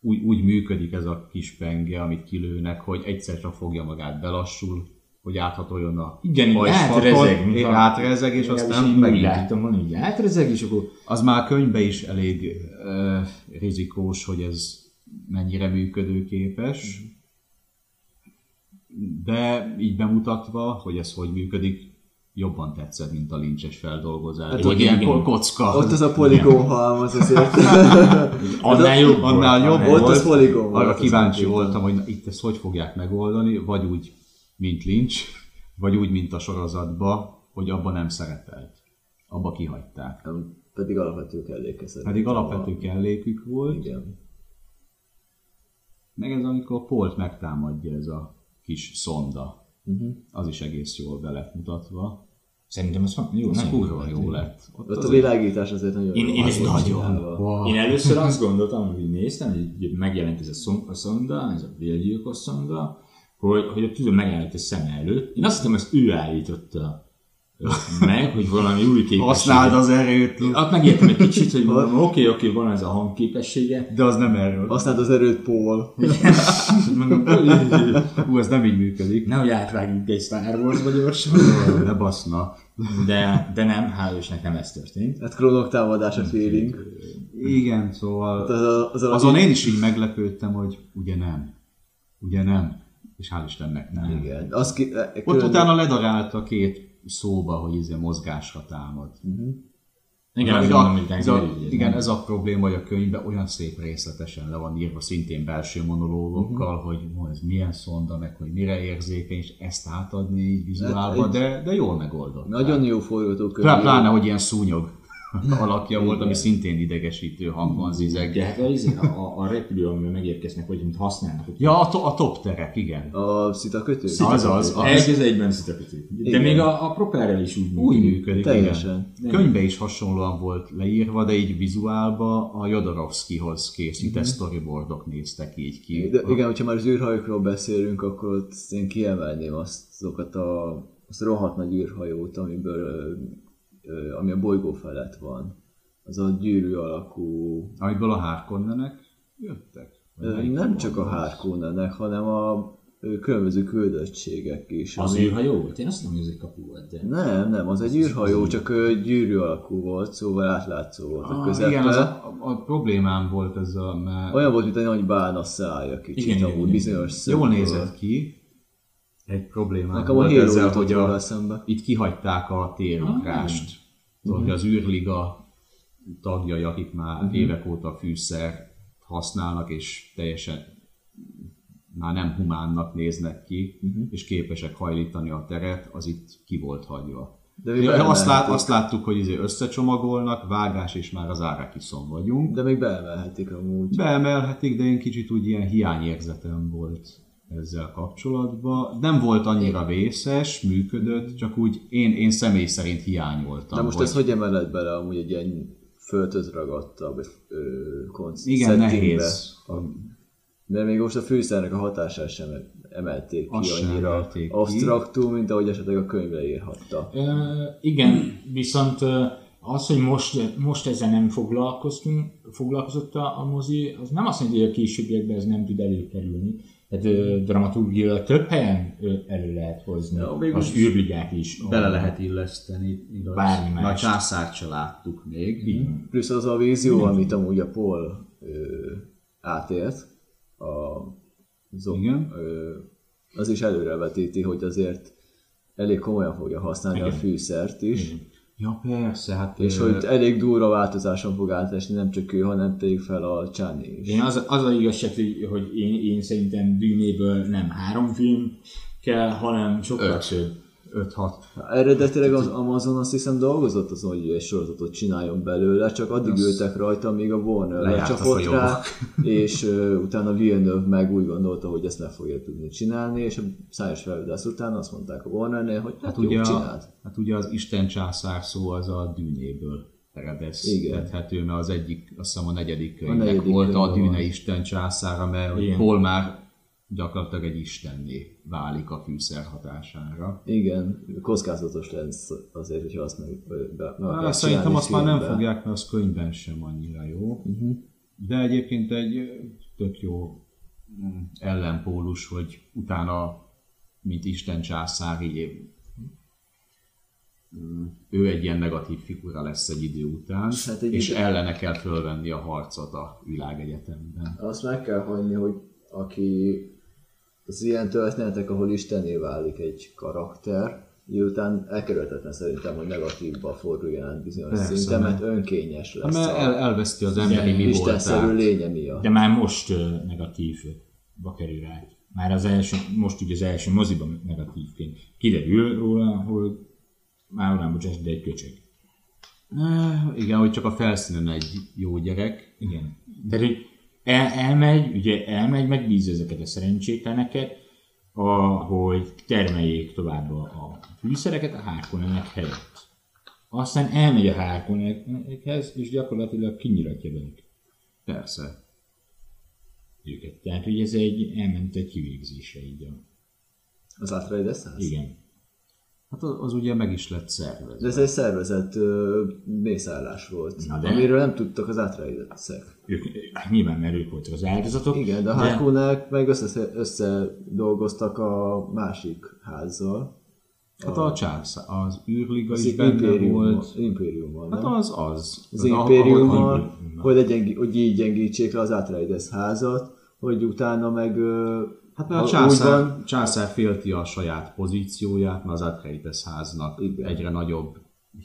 S1: úgy, úgy működik ez a kis penge, amit kilőnek, hogy egyszer csak fogja magát, belassul, hogy áthatoljon a
S3: Igen, így
S1: hajsfalkon,
S3: átrezeg,
S1: és
S3: mintha-
S1: átrezeg, és
S3: Legalábbis
S1: aztán
S3: én Úgy
S1: megint.
S3: láttam, van így átrezeg, és akkor
S1: Az már könyvbe is elég uh, rizikós, hogy ez mennyire működőképes, de így bemutatva, hogy ez hogy működik, jobban tetszett, mint a lincses feldolgozás. Hát, hogy
S3: igen,
S1: ilyen
S3: igen.
S1: ko- kocka.
S2: Ott az a poligón halmaz azért.
S3: annál jobb volt,
S1: annál jobb volt.
S2: Ott az poligón volt,
S1: Arra
S2: az
S1: kíváncsi
S2: konkrétan.
S1: voltam, hogy na, itt ezt hogy fogják megoldani, vagy úgy, mint Lynch, vagy úgy, mint a sorozatba, hogy abba nem szerepelt. Abba kihagyták.
S2: Nem, pedig alapvető kelléke szerintem.
S1: Pedig alapvető kellékük volt,
S2: Igen.
S1: meg ez amikor Polt megtámadja ez a kis szonda. Uh-huh. Az is egész jól be lett mutatva.
S3: Szerintem az van, jó,
S1: Ez
S3: nem
S1: kurva jó lett. Ott
S2: Ott
S1: az
S2: a világítás azért nagyon
S3: Én-
S2: jó
S3: én
S2: volt
S3: is
S2: csinálva.
S1: nagyon. Wow.
S3: Én először azt gondoltam, hogy néztem, hogy így megjelent ez a, szon, a szonda, ez a vérgyilkos szonda, hogy, hogy ott tudom, megjelent a szem előtt. Én azt hittem, ezt ő állította ö, meg, hogy valami új képessége.
S1: Használd az erőt,
S3: Ott megijedtem egy kicsit, hogy mondom, oké, oké, van ez a hangképessége.
S1: de az nem erről.
S2: Használd az erőt, Paul.
S3: Mondom, hogy-
S1: Hú, ez nem így működik.
S3: Nehogy átvágjuk egy Star Wars vagy gyorsan.
S1: Ne baszna.
S3: De, de nem, hál' Istennek nem ez történt.
S2: Hát klónok támadása feeling.
S1: Igen, szóval...
S2: Az, a- az, a-
S1: Azon én is így meglepődtem, hogy ugye nem. Ugye nem. És hál' Istennek nem.
S2: Igen. Az ki, eh,
S1: Ott
S2: külön-
S1: utána ledarálta két szóba, hogy izé mozgásra támad.
S3: Igen, azt
S1: ez,
S3: mondom,
S1: a,
S3: hogy
S1: ez, a, igen ez a probléma, hogy a könyvben olyan szép részletesen le van írva, szintén belső monológokkal, uh-huh. hogy ó, ez milyen szonda, meg hogy mire érzékeny, és ezt átadni így vizuálba,
S2: egy-
S1: de, de jól megoldott.
S2: Nagyon jó forgatókönyv.
S1: Plá- Pláne, hogy ilyen szúnyog alakja volt, ami szintén idegesítő hangon zizeg.
S3: De hát a, izé- a, a, a repülő, amivel megérkeznek, vagy amit használnak, hogy
S1: Ja, a, to- a top terek, igen.
S2: A szitakötő?
S1: Az az, az.
S3: Egy az egyben szitakötő. De
S2: Igen.
S3: még a, a propellerrel is úgy
S1: Úgy
S3: működik.
S1: működik,
S2: Teljesen.
S1: igen. Könyvbe is hasonlóan volt leírva, de így vizuálba a Jodorowskyhoz készített storyboardok néztek így ki.
S2: Mhm. De igen, hogyha már az űrhajókról beszélünk, akkor ott én kiemelném azt, azokat a, azt a rohadt nagy űrhajót, amiből, ö, ö, ami a bolygó felett van. Az a gyűrű alakú...
S1: Amiből a hárkonnenek jöttek. Vagy
S2: Ö,
S1: melyik
S2: Nem
S1: volt
S2: csak a
S1: az?
S2: hárkónenek, hanem a ö, különböző küldöttségek is.
S3: Az
S2: ami-
S3: űrhajó volt? Én azt mondom, hogy ez egy kapu volt, de...
S2: Nem, nem, az egy űrhajó, csak ö, gyűrű alakú volt, szóval átlátszó volt a
S1: Ah, igen,
S2: közepe.
S1: az a, a, a problémám volt ez a, mert
S2: Olyan volt, mint egy nagy bálna szája
S3: Igen,
S2: kicsit,
S3: igen,
S2: igen, amúgy
S3: igen.
S2: bizonyos
S1: jól
S2: szempontból.
S1: nézett ki. Egy problémám
S2: Nekem a
S1: volt
S2: Halo
S1: ezzel, hogy a,
S2: a... szembe.
S1: itt kihagyták a térugrást. Tudod, hogy az űrliga tagjai, akik már évek óta fűszer használnak, és teljesen már nem humánnak néznek ki, uh-huh. és képesek hajlítani a teret, az itt ki volt hagyva.
S2: De
S1: Én azt, lát,
S2: beemelhetik-
S1: azt láttuk, hogy izé összecsomagolnak, vágás és már az árakiszon vagyunk.
S2: De még beemelhetik amúgy.
S1: Beemelhetik, de én kicsit úgy ilyen hiányérzetem volt ezzel kapcsolatban. Nem volt annyira vészes, működött, csak úgy én, én személy szerint hiányoltam.
S2: De most
S1: hogy-
S2: ez hogy emeled bele amúgy egy ilyen földhöz ragadtabb ö, konc-
S1: Igen,
S2: settingbe?
S1: nehéz.
S2: De még most a fűszernek a hatását sem emelték ki
S1: Azt sem
S2: annyira
S1: emelték ki.
S2: absztraktum, mint ahogy esetleg a könyvre írhatta.
S3: Ö, igen, viszont ö, az, hogy most, most ezzel nem foglalkoztunk, foglalkozott a, a mozi, az nem azt jelenti, hogy a későbbiekben ez nem tud előkerülni. Tehát ö, dramaturgiailag több helyen ö, elő lehet hozni.
S2: Ja,
S3: Ja,
S2: még
S3: az űrligát is.
S1: Bele lehet illeszteni, igaz?
S3: Bármi
S1: Na, a
S3: mást.
S1: császárt se láttuk még.
S3: Így van.
S2: Plusz az a vízió, amit amúgy a Paul ö, átélt, a, zo-
S1: Igen.
S2: Ö, az is előrevetíti, hogy azért elég komolyan fogja használni a fűszert is. Igen.
S1: Ja, persze, hát...
S2: És
S1: ö,
S2: hogy elég durva változáson fog átesni, nem csak ő, hanem tegyük fel a Csányi is.
S3: Én az, az a igazság, hogy, hogy én, én szerintem bűnéből nem három film kell, hanem sokkal
S1: Öt.
S3: több.
S1: 5-6.
S2: Eredetileg az Amazon azt hiszem dolgozott azon, hogy egy sorozatot csináljon belőle, csak addig azt ültek rajta, míg a Warner
S1: Lejárt a
S2: lecsapott
S1: folyó.
S2: rá, és uh, utána Villeneuve meg úgy gondolta, hogy ezt meg fogja tudni csinálni, és a szájos felvedász után azt mondták a Warnernél, hogy hát,
S1: Hát
S2: jó,
S1: ugye, a,
S2: csináld.
S1: hát ugye az Isten császár szó az a dűnéből eredezhethető, mert az egyik, azt hiszem a negyedik könyvnek
S2: negyedik
S1: volt a
S2: könyvben
S1: dűne
S2: van.
S1: Isten császára, mert hogy
S3: Igen.
S1: Paul már gyakorlatilag egy istenné válik a fűszer hatására.
S2: Igen, kockázatos lesz azért, hogyha azt meg, be, meg
S1: Hát,
S2: akarják
S1: szerintem
S2: csinálni
S1: azt már nem
S2: filmbe.
S1: fogják, mert az könyvben sem annyira jó. Uh-huh. De egyébként egy ö, tök jó mm, ellenpólus, hogy utána, mint Isten császár, így mm, ő egy ilyen negatív figura lesz egy idő után,
S2: Hát
S1: hát
S2: egy
S1: egy és
S2: idő-
S1: ellene kell fölvenni a harcot a világegyetemben.
S2: Azt meg kell hagyni, hogy aki az ilyen történetek, ahol istené válik egy karakter, miután elkerülhetetlen szerintem, hogy negatívba forduljon át bizonyos
S1: Persze, Hát
S2: szinten,
S1: nem.
S2: mert önkényes lesz
S1: Mert el,
S2: a
S1: elveszti az emberi mi
S2: istenszerű
S1: voltát.
S2: lénye miatt.
S3: De már most ö, negatívba kerül rá. Már az első, most ugye az első moziban negatívként. Kiderül róla, hogy már uram, bocsáss, de egy köcsög.
S1: Eh, Igen, hogy csak a felszínen egy jó gyerek.
S3: Igen. Tehát, hogy el, elmegy, ugye elmegy, megbíz ezeket a szerencsétleneket, a, hogy termeljék tovább a, a fűszereket a hárkonenek helyett. Aztán elmegy a hárkonekhez, és gyakorlatilag kinyiratja velük
S1: Persze.
S3: őket. Tehát, hogy ez egy elment egy kivégzésre így a...
S2: Az Atreides száz?
S3: Igen.
S1: Hát az, az ugye meg is lett szervezve.
S2: De ez egy szervezett ö, mészállás volt,
S3: Na de.
S2: amiről nem tudtak az Atreidesek.
S3: Ők, hát nyilván, mert ők voltak az áldozatok.
S2: Igen, de a
S3: de,
S2: Harkonnen meg össze, összedolgoztak a másik házzal.
S1: Hát a császár, az űrliga
S2: Az
S1: is benne
S2: impériummal,
S1: volt.
S2: impériummal,
S1: Hát
S2: nem?
S1: az az.
S2: az
S1: ahol- ahol-
S2: impériummal, hogy, legyen, hogy így gyengítsék le az Atreides házat, hogy utána meg ö,
S1: Hát mert a
S2: ha úgy van,
S1: császár, császár félti a saját pozícióját, mert az Atreides háznak
S2: Igen.
S1: Igen. egyre nagyobb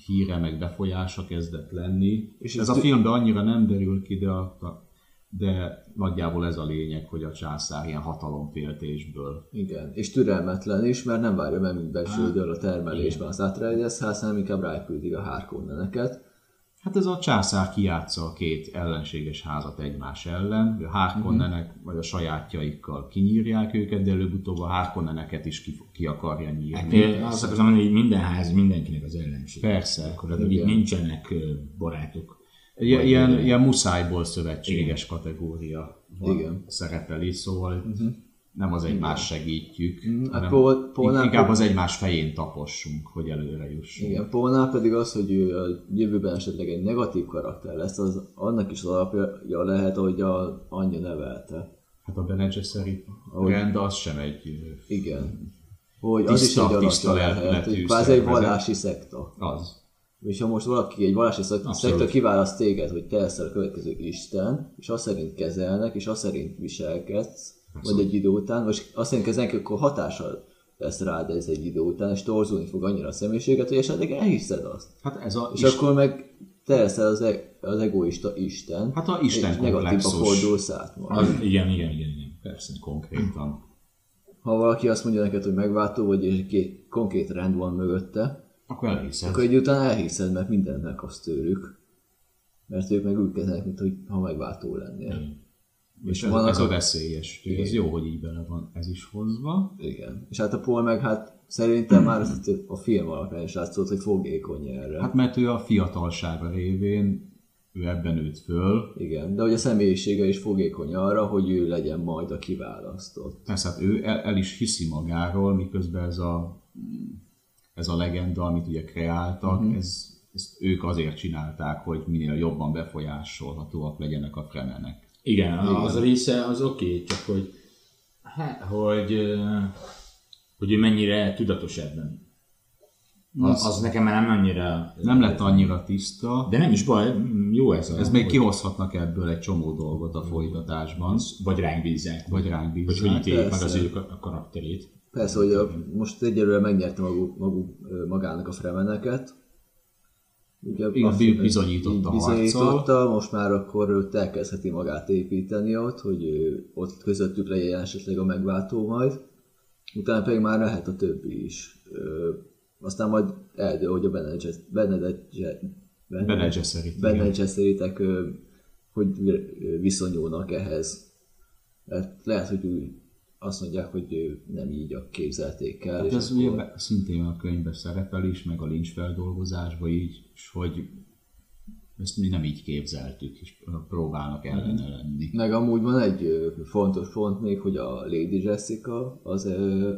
S1: híre meg befolyása kezdett lenni.
S2: És
S1: És
S2: ez
S1: ez, a
S2: tü-
S1: filmben annyira nem derül ki, de, a, de nagyjából ez a lényeg, hogy a császár ilyen hatalomféltésből.
S2: igen, és türelmetlen is, mert nem várja meg, mint
S1: Hát,
S2: besődöl a termelésben az Atreides ház, hanem inkább ráküldik a Harkonneneket.
S1: Hát ez a császár kijátsza a két ellenséges házat egymás ellen. A Harkonnenek
S2: Mhm.
S1: vagy a sajátjaikkal kinyírják őket, de előbb-utóbb a Harkonneneket is ki, ki akarja
S3: Hát,
S1: nyírni.
S3: ö, azt akarom mondani, hogy minden ház mindenkinek az ellenség.
S1: Persze.
S3: Gyakorlatilag itt nincsenek ö, barátok.
S1: Ilyen,
S3: Vagy
S1: ilyen,
S3: minden.
S1: ilyen muszájból szövetséges Igen. kategória van
S2: Igen.
S1: Igen. szerepel is, szóval uh-huh. nem az egymás segítjük,
S2: Mhm, hát
S1: hanem
S2: Paul- Paul
S1: in-
S2: nem-
S1: inkább az egymás fején tapossunk, hogy előre jussunk.
S2: Igen, Paulnál pedig az, hogy ő a jövőben esetleg egy negatív karakter lesz, az annak is az alapja lehet, hogy a anyja nevelte.
S1: Hát a Bene Gesserit
S2: Ahogy-
S1: rend az sem egy
S2: Igen. Hogy
S1: Tiszta-
S2: az is egy
S1: tiszta
S2: alapja lehet,
S1: lelkületű
S2: hogy kvázi egy
S1: szervezet.
S2: vallási szekta.
S1: az.
S2: És ha most valaki egy vallási szek-
S3: Abszolút.
S2: szekta kiválaszt téged, hogy te leszel a következő Isten, és azt szerint kezelnek, és azt szerint viselkedsz, vagy egy idő után, vagy azt szerint kezelnek, akkor hatással lesz rád ez egy idő után, és torzulni fog annyira a személyiséget, hogy esetleg elhiszed azt.
S1: Hát ez a
S2: És akkor meg te leszel az, e- az egoista Isten,
S1: Hát a Isten
S2: és negatívba
S1: komplexus.
S2: fordulsz át majd.
S3: Az, igen, igen, igen, igen.
S1: Persze, konkrétan.
S2: Ha valaki azt mondja neked, hogy megváltó vagy, és két konkrét rend van mögötte,
S1: Akkor elhiszed.
S2: akkor egy után elhiszed, mert mindent megkapsz tőlük. Mert ők meg úgy kezelnek, mint hogy ha megváltó lennél.
S1: És ez,
S2: vannak
S1: ez a
S2: a-
S1: veszélyes. Úgyhogy Ez jó, hogy így bele van ez is hozva.
S2: Igen. És hát a Paul meg hát szerintem már az a film alapján is látszott, hogy fogékony erre.
S1: Hát mert ő a fiatalsága révén, ő ebben nőtt föl.
S2: Igen, de hogy a személyisége is fogékony arra, hogy ő legyen majd a kiválasztott.
S1: Persze, hát ő el, el is hiszi magáról, miközben ez a, ez a legenda, amit ugye kreáltak, mm. ez, ezt ők azért csinálták, hogy minél jobban befolyásolhatóak legyenek a fremenek.
S3: Igen, az a része az oké, okay, csak hogy, hát, hogy, ö, hogy ő mennyire tudatos ebben. Az, az nekem már nem annyira...
S1: Nem lett annyira tiszta,
S3: De nem is baj, mm, jó ez a...
S1: ez még kihozhatnak ebből egy csomó dolgot a folytatásban,
S3: Vagy ránk bízzák.
S1: vagy ránk
S3: Vagy Hmm.
S1: bízzák.
S3: hogy ítéljék meg
S2: persze.
S3: az ő ka- a karakterét.
S2: Persze, hogy a, most egyelőre megnyerte maguk, maguk, ö, magának a fremeneket. Ugye
S1: Igen,
S2: azt-
S1: bi- bizonyította
S2: így bizonyította, most már akkor őt elkezdheti magát építeni ott, hogy ő, ott közöttük legyen esetleg a megváltó majd. Utána pedig már lehet a többi is. Ö, aztán majd eldől, hogy a Benedje- Benedje- Benedje-
S1: Benedje szerint. igen.
S2: benne cseszteritek, hogy ö, viszonyulnak ehhez. Mert Hát lehet, hogy úgy azt mondják, hogy ö, nem így a képzelték el.
S1: Hát
S2: és
S1: ez
S2: akkor-
S1: ugye be- szintén a könyvben szerepel is, meg a lincs feldolgozásban így, és hogy ezt mi nem így képzeltük, és próbálnak ellene lenni.
S2: Meg amúgy van egy ö, fontos pont még, hogy a Lady Jessica az ö,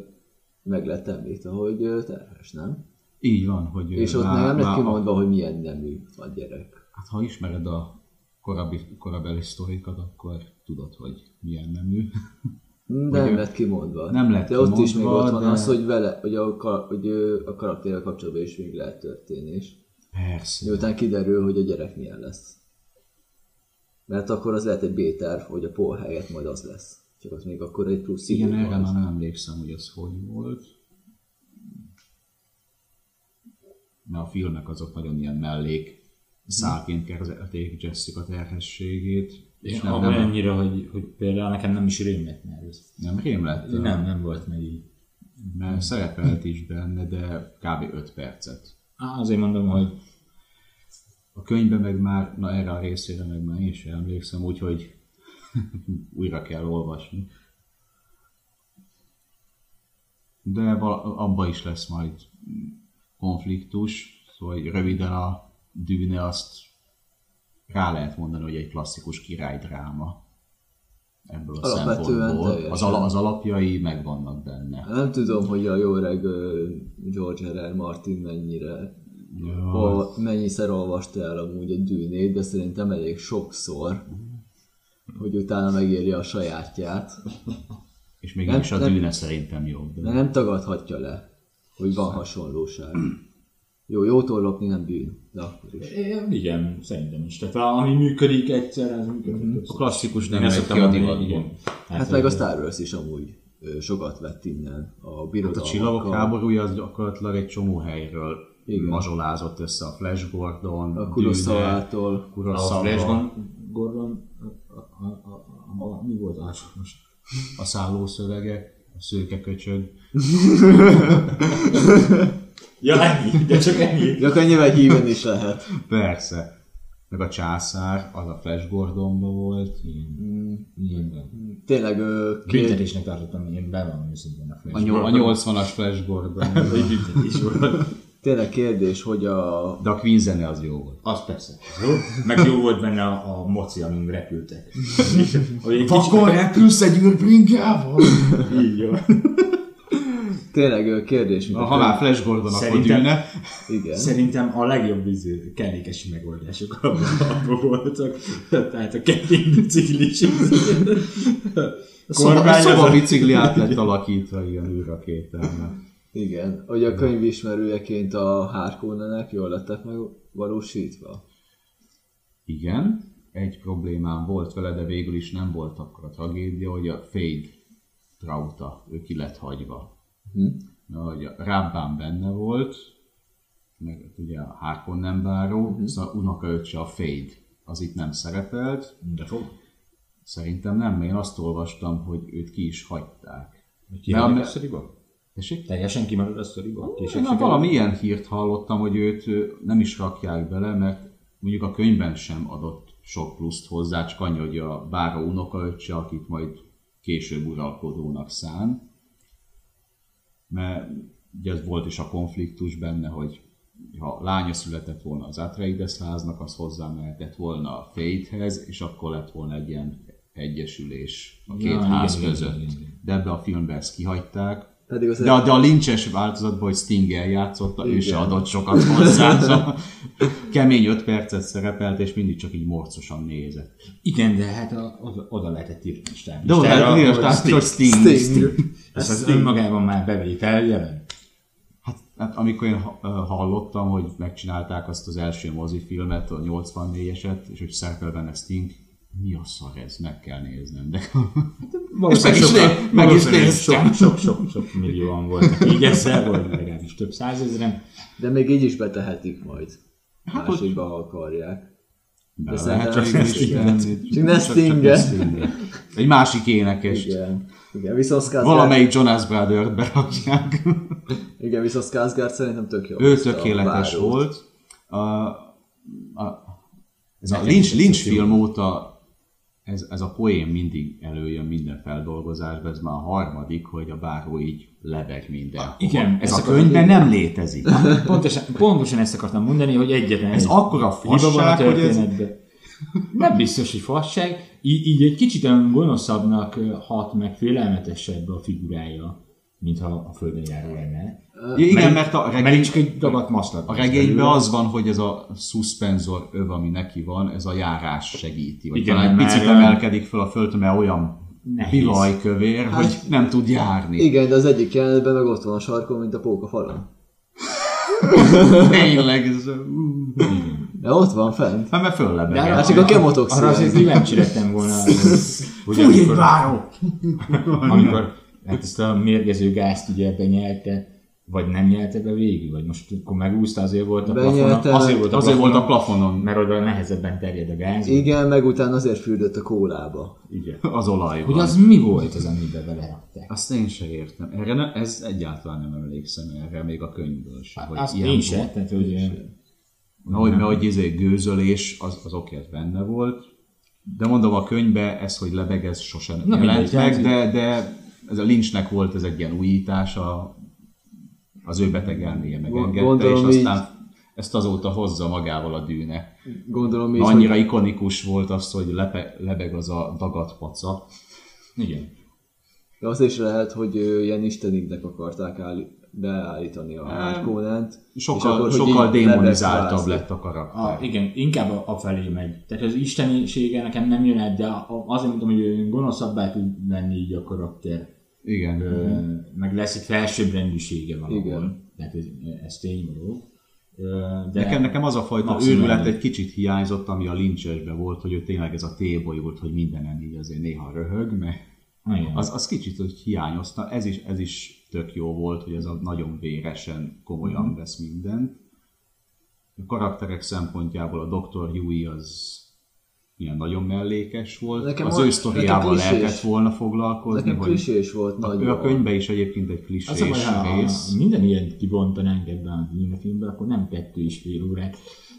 S2: meg lett említve, hogy ö, terhes, nem?
S1: Így van, hogy
S2: És ott
S1: már-
S2: nem lett
S1: már a-
S2: kimondva, hogy milyen nemű a gyerek.
S1: Hát ha ismered a korabbi, korabeli sztorikat, akkor tudod, hogy milyen nemű.
S2: Nem lett kimondva.
S1: Nem lett
S2: de ott is még
S1: kimondva,
S2: ott van
S1: de-
S2: az, hogy, vele, hogy, a, ka- hogy ö, a karakterrel kapcsolatban is még lehet történés.
S1: Persze.
S2: Miután kiderül, hogy a gyerek milyen lesz. Mert akkor az lehet egy B-terv, hogy a Paul helyett majd az lesz. Csak az még akkor egy plusz
S1: Igen,
S2: idő
S1: erre
S2: van.
S1: már nem emlékszem, hogy ez hogy volt. Mert a filmek azok nagyon ilyen
S2: Mhm.
S1: mellék szálként kezelték Jessica terhességét.
S3: És nem, nem annyira, hogy, hogy például nekem nem is rémlett már ez.
S1: Nem rém lett?
S3: Nem, nem volt meg így.
S2: Mhm.
S1: Mert szerepelt is benne, de kb. 5 percet.
S3: Á, azért mondom, hogy
S1: A könyvben meg már, na erre a részére meg már én sem emlékszem, úgyhogy újra kell olvasni. De val- abba is lesz majd konfliktus, szóval hogy röviden a dűne azt rá lehet mondani, hogy egy klasszikus királydráma ebből a
S2: Alapvetően
S1: szempontból. Az,
S2: teljesen.
S1: ala- az alapjai megvannak benne.
S2: Nem tudom, hogy a jó reg ö, George R. R. Martin mennyire hol, mennyiszer olvasta el amúgy egy dűnét, de szerintem elég sokszor, hogy utána megírja a sajátját.
S1: És még nem, is a
S2: nem-
S1: dűne szerintem jobb. De
S2: De nem tagadhatja le, hogy van hasonlóság. Jó, jótól lopni nem bűn, de akkor is.
S3: é, igen, szerintem is. Tehát ami működik egyszer, az működik. Mm-hmm.
S1: a klasszikus nem
S3: Én ezt
S1: megy
S3: szoktam
S1: ki a
S3: mondani,
S1: divatból.
S3: igen.
S2: Hát meg a Star Wars is amúgy ö, sokat vett innen a
S1: Hát a
S2: birodalmakkal.
S1: csillagok háborúja az gyakorlatilag egy csomó helyről
S2: Igen.
S1: mazsolázott össze a Flash Gordon,
S2: A Kuroszavától.
S3: A
S1: Kurosawa,
S3: Flash Gordon, Gordon a, a, a, a, a, mi volt a most?
S1: a szállószövegek, a szőke köcsög.
S3: Ja, ennyi, de csak ennyi.
S2: Gyakran nyilván híven is lehet.
S1: Persze. Meg a császár, az a Flash Gordonban volt.
S3: Ilyen
S2: Tényleg ö, két,
S3: büntetésnek tartottam, én be van őszintén a
S1: A,
S3: Flash
S1: nyol- a 80-as Flash Gordon.
S3: Egy büntetés volt.
S2: tényleg kérdés, hogy a...
S1: De a Queen zene az jó volt.
S3: Az persze. Jó? Meg jó volt benne a, a moci, amin repültek. Hogy egy kicsit-
S1: repülsz egy űrbringával?
S3: Így jó.
S2: Tényleg ö, kérdés, mint
S1: A halál Flash Gordon akkor
S3: Szerintem-
S1: dűne.
S2: Igen.
S3: Szerintem a legjobb izé, kerékesi megoldások abban voltak. Tehát a kerék biciklis. izé.
S1: A szoba, a
S3: Kormány az
S1: szoba
S3: a-
S1: bicikli át lett alakítva ilyen űrrakétának.
S2: Igen. Hogy a könyvismerőjeként a hárkónenek jól lettek megvalósítva.
S1: Igen, egy problémám volt vele, de végül is nem volt akkor a tragédia, hogy a Fade Trauta, ő ki lett hagyva. Hm. Na, hogy a Rábbán benne volt, meg ugye a Hákon nem báró, hm. szóval unokaöccse a Fade, az itt nem szerepelt,
S3: De fog.
S1: Szerintem nem, mert én azt olvastam, hogy őt ki is hagyták.
S3: Kimarad
S1: Mert-
S3: a sztoriból?
S1: Tessék?
S3: Teljesen kimarad a sztoriból? Később
S1: Na,
S3: sikerül?
S1: valami ilyen hírt hallottam, hogy őt ö, nem is rakják bele, mert mondjuk a könyvben sem adott sok pluszt hozzá, csak annyi, hogy a báró unokaöccse, akit majd később uralkodónak szán. Mert ugye ez volt is a konfliktus benne, hogy ha lánya született volna az Atreides háznak, az hozzá mehetett volna a Fate-hez, és akkor lett volna egy ilyen egyesülés a két
S3: Ja,
S1: ja, ház
S3: igen, igen,
S1: között.
S3: igen, igen.
S1: De ebbe a filmbe ezt kihagyták,
S2: Pedig az
S1: de, de a lincses változatban, hogy Stinger játszotta, ő se
S2: Igen.
S1: adott sokat hozzá. szóval Kemény öt percet szerepelt, és mindig csak így morcosan nézett.
S3: Igen, de hát a, oda, oda lehetett írni a stáb.
S1: De oda
S3: Listára,
S1: lehet írni a
S3: hogy
S1: stáb-
S3: Sting.
S1: Sting. Sting.
S2: Sting.
S3: Ez az önmagában már bevétel jelen.
S1: Hát, hát amikor én ha- ö, hallottam, hogy megcsinálták azt az első mozifilmet, a 84-eset, és hogy szerepel benne Sting, mi a szar ez, meg kell néznem. De
S3: Valószínűleg
S1: És meg is
S3: sokan-
S1: né- meg is
S3: valószínűleg
S1: néztem.
S3: Sok, sok, sok, sok millióan voltak így ezzel, vagy legalábbis több százezren.
S2: De még így is betehetik majd.
S1: Hát,
S2: Hát
S1: hogy-
S2: Másikba ha akarják.
S1: be
S2: De
S1: lehet
S2: szerintem
S1: csak
S2: nem
S1: is
S2: Stinget.
S1: tenni.
S2: Csak ne
S1: ne
S2: Stinget.
S1: Stinget. Egy másik énekes.
S2: Igen. Igen, viszont Skarsgård,
S1: Valamelyik Jonas Brothers-t berakják.
S2: igen, viszont Skarsgård szerintem tök jó.
S1: Ő
S2: hozta a
S1: tökéletes
S2: várót.
S1: volt. A, a, ez a
S3: Nekem
S1: Lynch,
S3: is
S1: Lynch
S3: tetszett
S1: film óta ez, ez a poém mindig előjön minden feldolgozásban, ez már a harmadik, hogy a báró így leveg minden.
S3: igen,
S1: ez
S3: ezt
S1: a
S3: akarom
S1: könyvben nem létezik.
S3: Pontosan, pontosan ezt akartam mondani, hogy egyetlen
S1: Ez
S3: egy
S1: akkora
S3: hiba van a
S1: fasság, hogy ez...
S3: történetben. Nem biztos, hogy fasság. Így, így egy kicsit olyan gonoszabbnak ö, hat, meg félelmetesebb a figurája, mintha a földön járó lenne.
S1: Ja, igen,
S3: Mert-
S1: mert a
S3: Mert így
S1: regény,
S3: csak egy dagat maszlat.
S1: a regényben az van, hogy ez a szuszpenzor öv, ami neki van, ez a járás segíti. Vagy igen,
S3: Igen,
S1: talán egy
S3: mert
S1: picit
S3: már-
S1: emelkedik fel a földön, mert olyan
S3: Nehéz.
S1: bilajkövér, hogy nem tud járni.
S2: Igen, de az egyik jelenetben meg ott van a sarkon, mint a póka falon.
S1: Tényleg, ez... ú.
S2: De ott van fent.
S1: Hát mert föllebeg.
S2: hát csak a kemotoxin.
S3: Arra azért kíváncsi lettem volna, hogy, hogy
S1: Fúj, egy
S3: amikor,
S1: váró!
S3: amikor hát ezt a mérgező gázt ugye ebben nyelte, vagy nem nyelte be végül, vagy most akkor megúszta, azért volt a
S2: Benyelte,
S3: plafonon. Azért volt a
S1: Azért volt a
S3: plafonon,
S1: plafonon,
S3: mert oda nehezebben terjed a gáz.
S2: Igen, meg utána azért fürdött a kólába.
S3: Igen.
S1: az olaj
S3: Hogy
S1: van.
S3: az mi volt az, amiben belerakták?
S1: Azt én se értem. Erre ne, ez egyáltalán nem emlékszem erre, még a könyvből se. Hogy
S3: Azt
S1: ilyen
S3: én
S1: volt.
S3: se, tehát hogy
S1: Na, hogy, mert, hogy izé, gőzölés, az, az oké, ez benne volt. De mondom, a könyvbe ez, hogy lebeg, ez sosem
S3: Na,
S1: Na, jelent
S3: mindegy,
S1: meg,
S3: hát-
S1: de, de ez a Lynchnek volt ez egy ilyen újítása, az ő beteg elméje megengedte,
S2: Gondolom
S1: és
S2: így.
S1: aztán ezt azóta hozza magával a dűne.
S2: Gondolom így,
S1: Na,
S2: hogy
S1: annyira ikonikus volt az, hogy lepe, lebeg az a dagat paca.
S3: igen.
S2: de az is lehet, hogy ő ilyen istenignek akarták áll- beállítani a Harkonnent. és
S1: Sokkal,
S2: akkor, hogy
S1: sokkal
S2: így
S1: démonizáltabb
S2: lebegvázni.
S1: lett a karakter.
S2: Ah.
S3: A, igen, inkább a, a felé megy. Tehát az istenisége nekem nem jön át, de a, a, azért mondom, hogy ő gonoszabbá tud lenni így a karakter.
S1: Igen.
S3: Ö, meg lesz egy felsőbb rendűsége valahol.
S2: Igen.
S3: Tehát ez, ez tényvaló. Ö, De
S1: Nekem, nekem az a fajta
S3: Maximum.
S1: őrület egy kicsit hiányzott, ami a lincsesben volt, hogy ő tényleg ez a tébolyult, hogy mindenen így azért néha röhög, mert
S3: Igen.
S1: az, az kicsit hogy hiányozta. Ez is, ez is tök jó volt, hogy ez a nagyon véresen, komolyan vesz mindent. A karakterek szempontjából a Dr. Huey az ilyen nagyon mellékes volt.
S2: Nekem
S1: az
S2: a-
S1: ő
S2: nekem
S1: sztoriával
S2: klisés.
S1: lehetett volna foglalkozni,
S2: Nekem
S1: hogy
S2: klisés volt
S1: ő a
S2: nagyon.
S1: könyvben is egyébként egy
S3: Az a baj,
S1: klisés
S3: ha ha
S1: rész.
S3: minden ilyen kibontanánk ebben a Dune filmben, akkor nem kettő és fél órát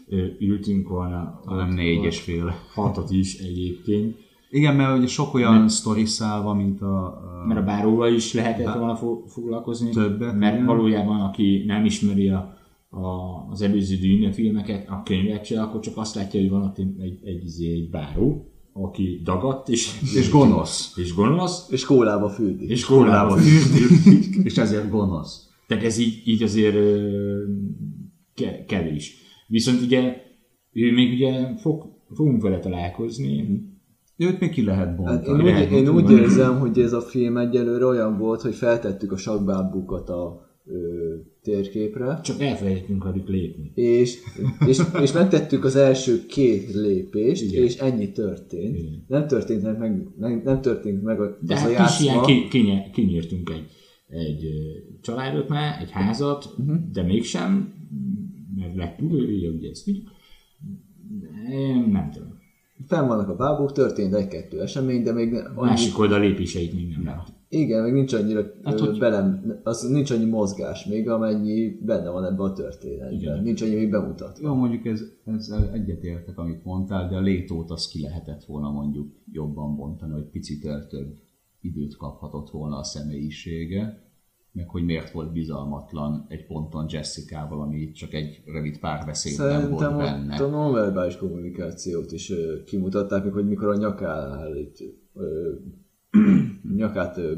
S3: ö, ültünk volna.
S1: Hanem négy és fél.
S3: Hatot is egyébként.
S1: Hát, Igen, mert ugye sok olyan sztori szál van, mint a, a
S3: mert a báróval is lehetett volna fo- foglalkozni.
S1: Többet,
S3: Mert
S1: igen.
S3: valójában, aki nem ismeri a, a, az előző Dűne filmeket, a könyvet se, akkor csak azt látja, hogy van ott egy, egy, egy, izé, egy báró, aki dagadt, és,
S1: és gonosz.
S3: és gonosz,
S2: És kólába fürdik.
S3: és kólába
S1: és ezért gonosz.
S3: Tehát ez így, így azért ö, ke- kevés. Viszont ugye ő még ugye fog, fogunk vele találkozni,
S1: Őt még ki lehet
S2: Hát
S1: bontani.
S2: én
S3: lehet,
S2: úgy, én
S3: hogy
S2: úgy
S3: van.
S2: érzem, hogy ez a film egyelőre olyan volt, hogy feltettük a sakbábukat a ö, térképre,
S3: csak elfelejtettünk velük lépni.
S2: és, és, és megtettük az első két lépést,
S3: Igen.
S2: Igen. és ennyi történt.
S3: Igen.
S2: Igen. Nem történt meg, nem, nem történt meg a-
S3: De
S2: az a
S3: hát kis ilyen
S2: játszma.
S3: ki- kinye- kinyírtunk egy, egy ö, családot már, egy házat, uh-huh. de mégsem, mert lett túlélője, ugye ezt tudjuk. Nem, nem tudom.
S2: fenn vannak a bábuk, történt egy-kettő esemény, de még
S3: A másik oldal lépéseit még nem lát.
S2: Igen, meg nincs annyira
S4: Hát,
S2: hát,
S4: hogy-
S2: hogy... belem, az, nincs annyi mozgás még, amennyi benne van ebben a történetben.
S3: Igen.
S2: Igen. Nincs annyi még bemutatva.
S1: Jó, mondjuk ez, ezzel egyetértek, amit mondtál, de a létót azt ki lehetett volna mondjuk jobban bontani, hogy picit el több időt kaphatott volna a személyisége, meg hogy miért volt bizalmatlan egy ponton Jessica-val, ami csak egy rövid párbeszédben volt
S2: Szerintem
S1: benne.
S2: ott a nonverbális kommunikációt is ö, kimutatták, mikor, mikor a nyakánál itt, ö, nyakát ö,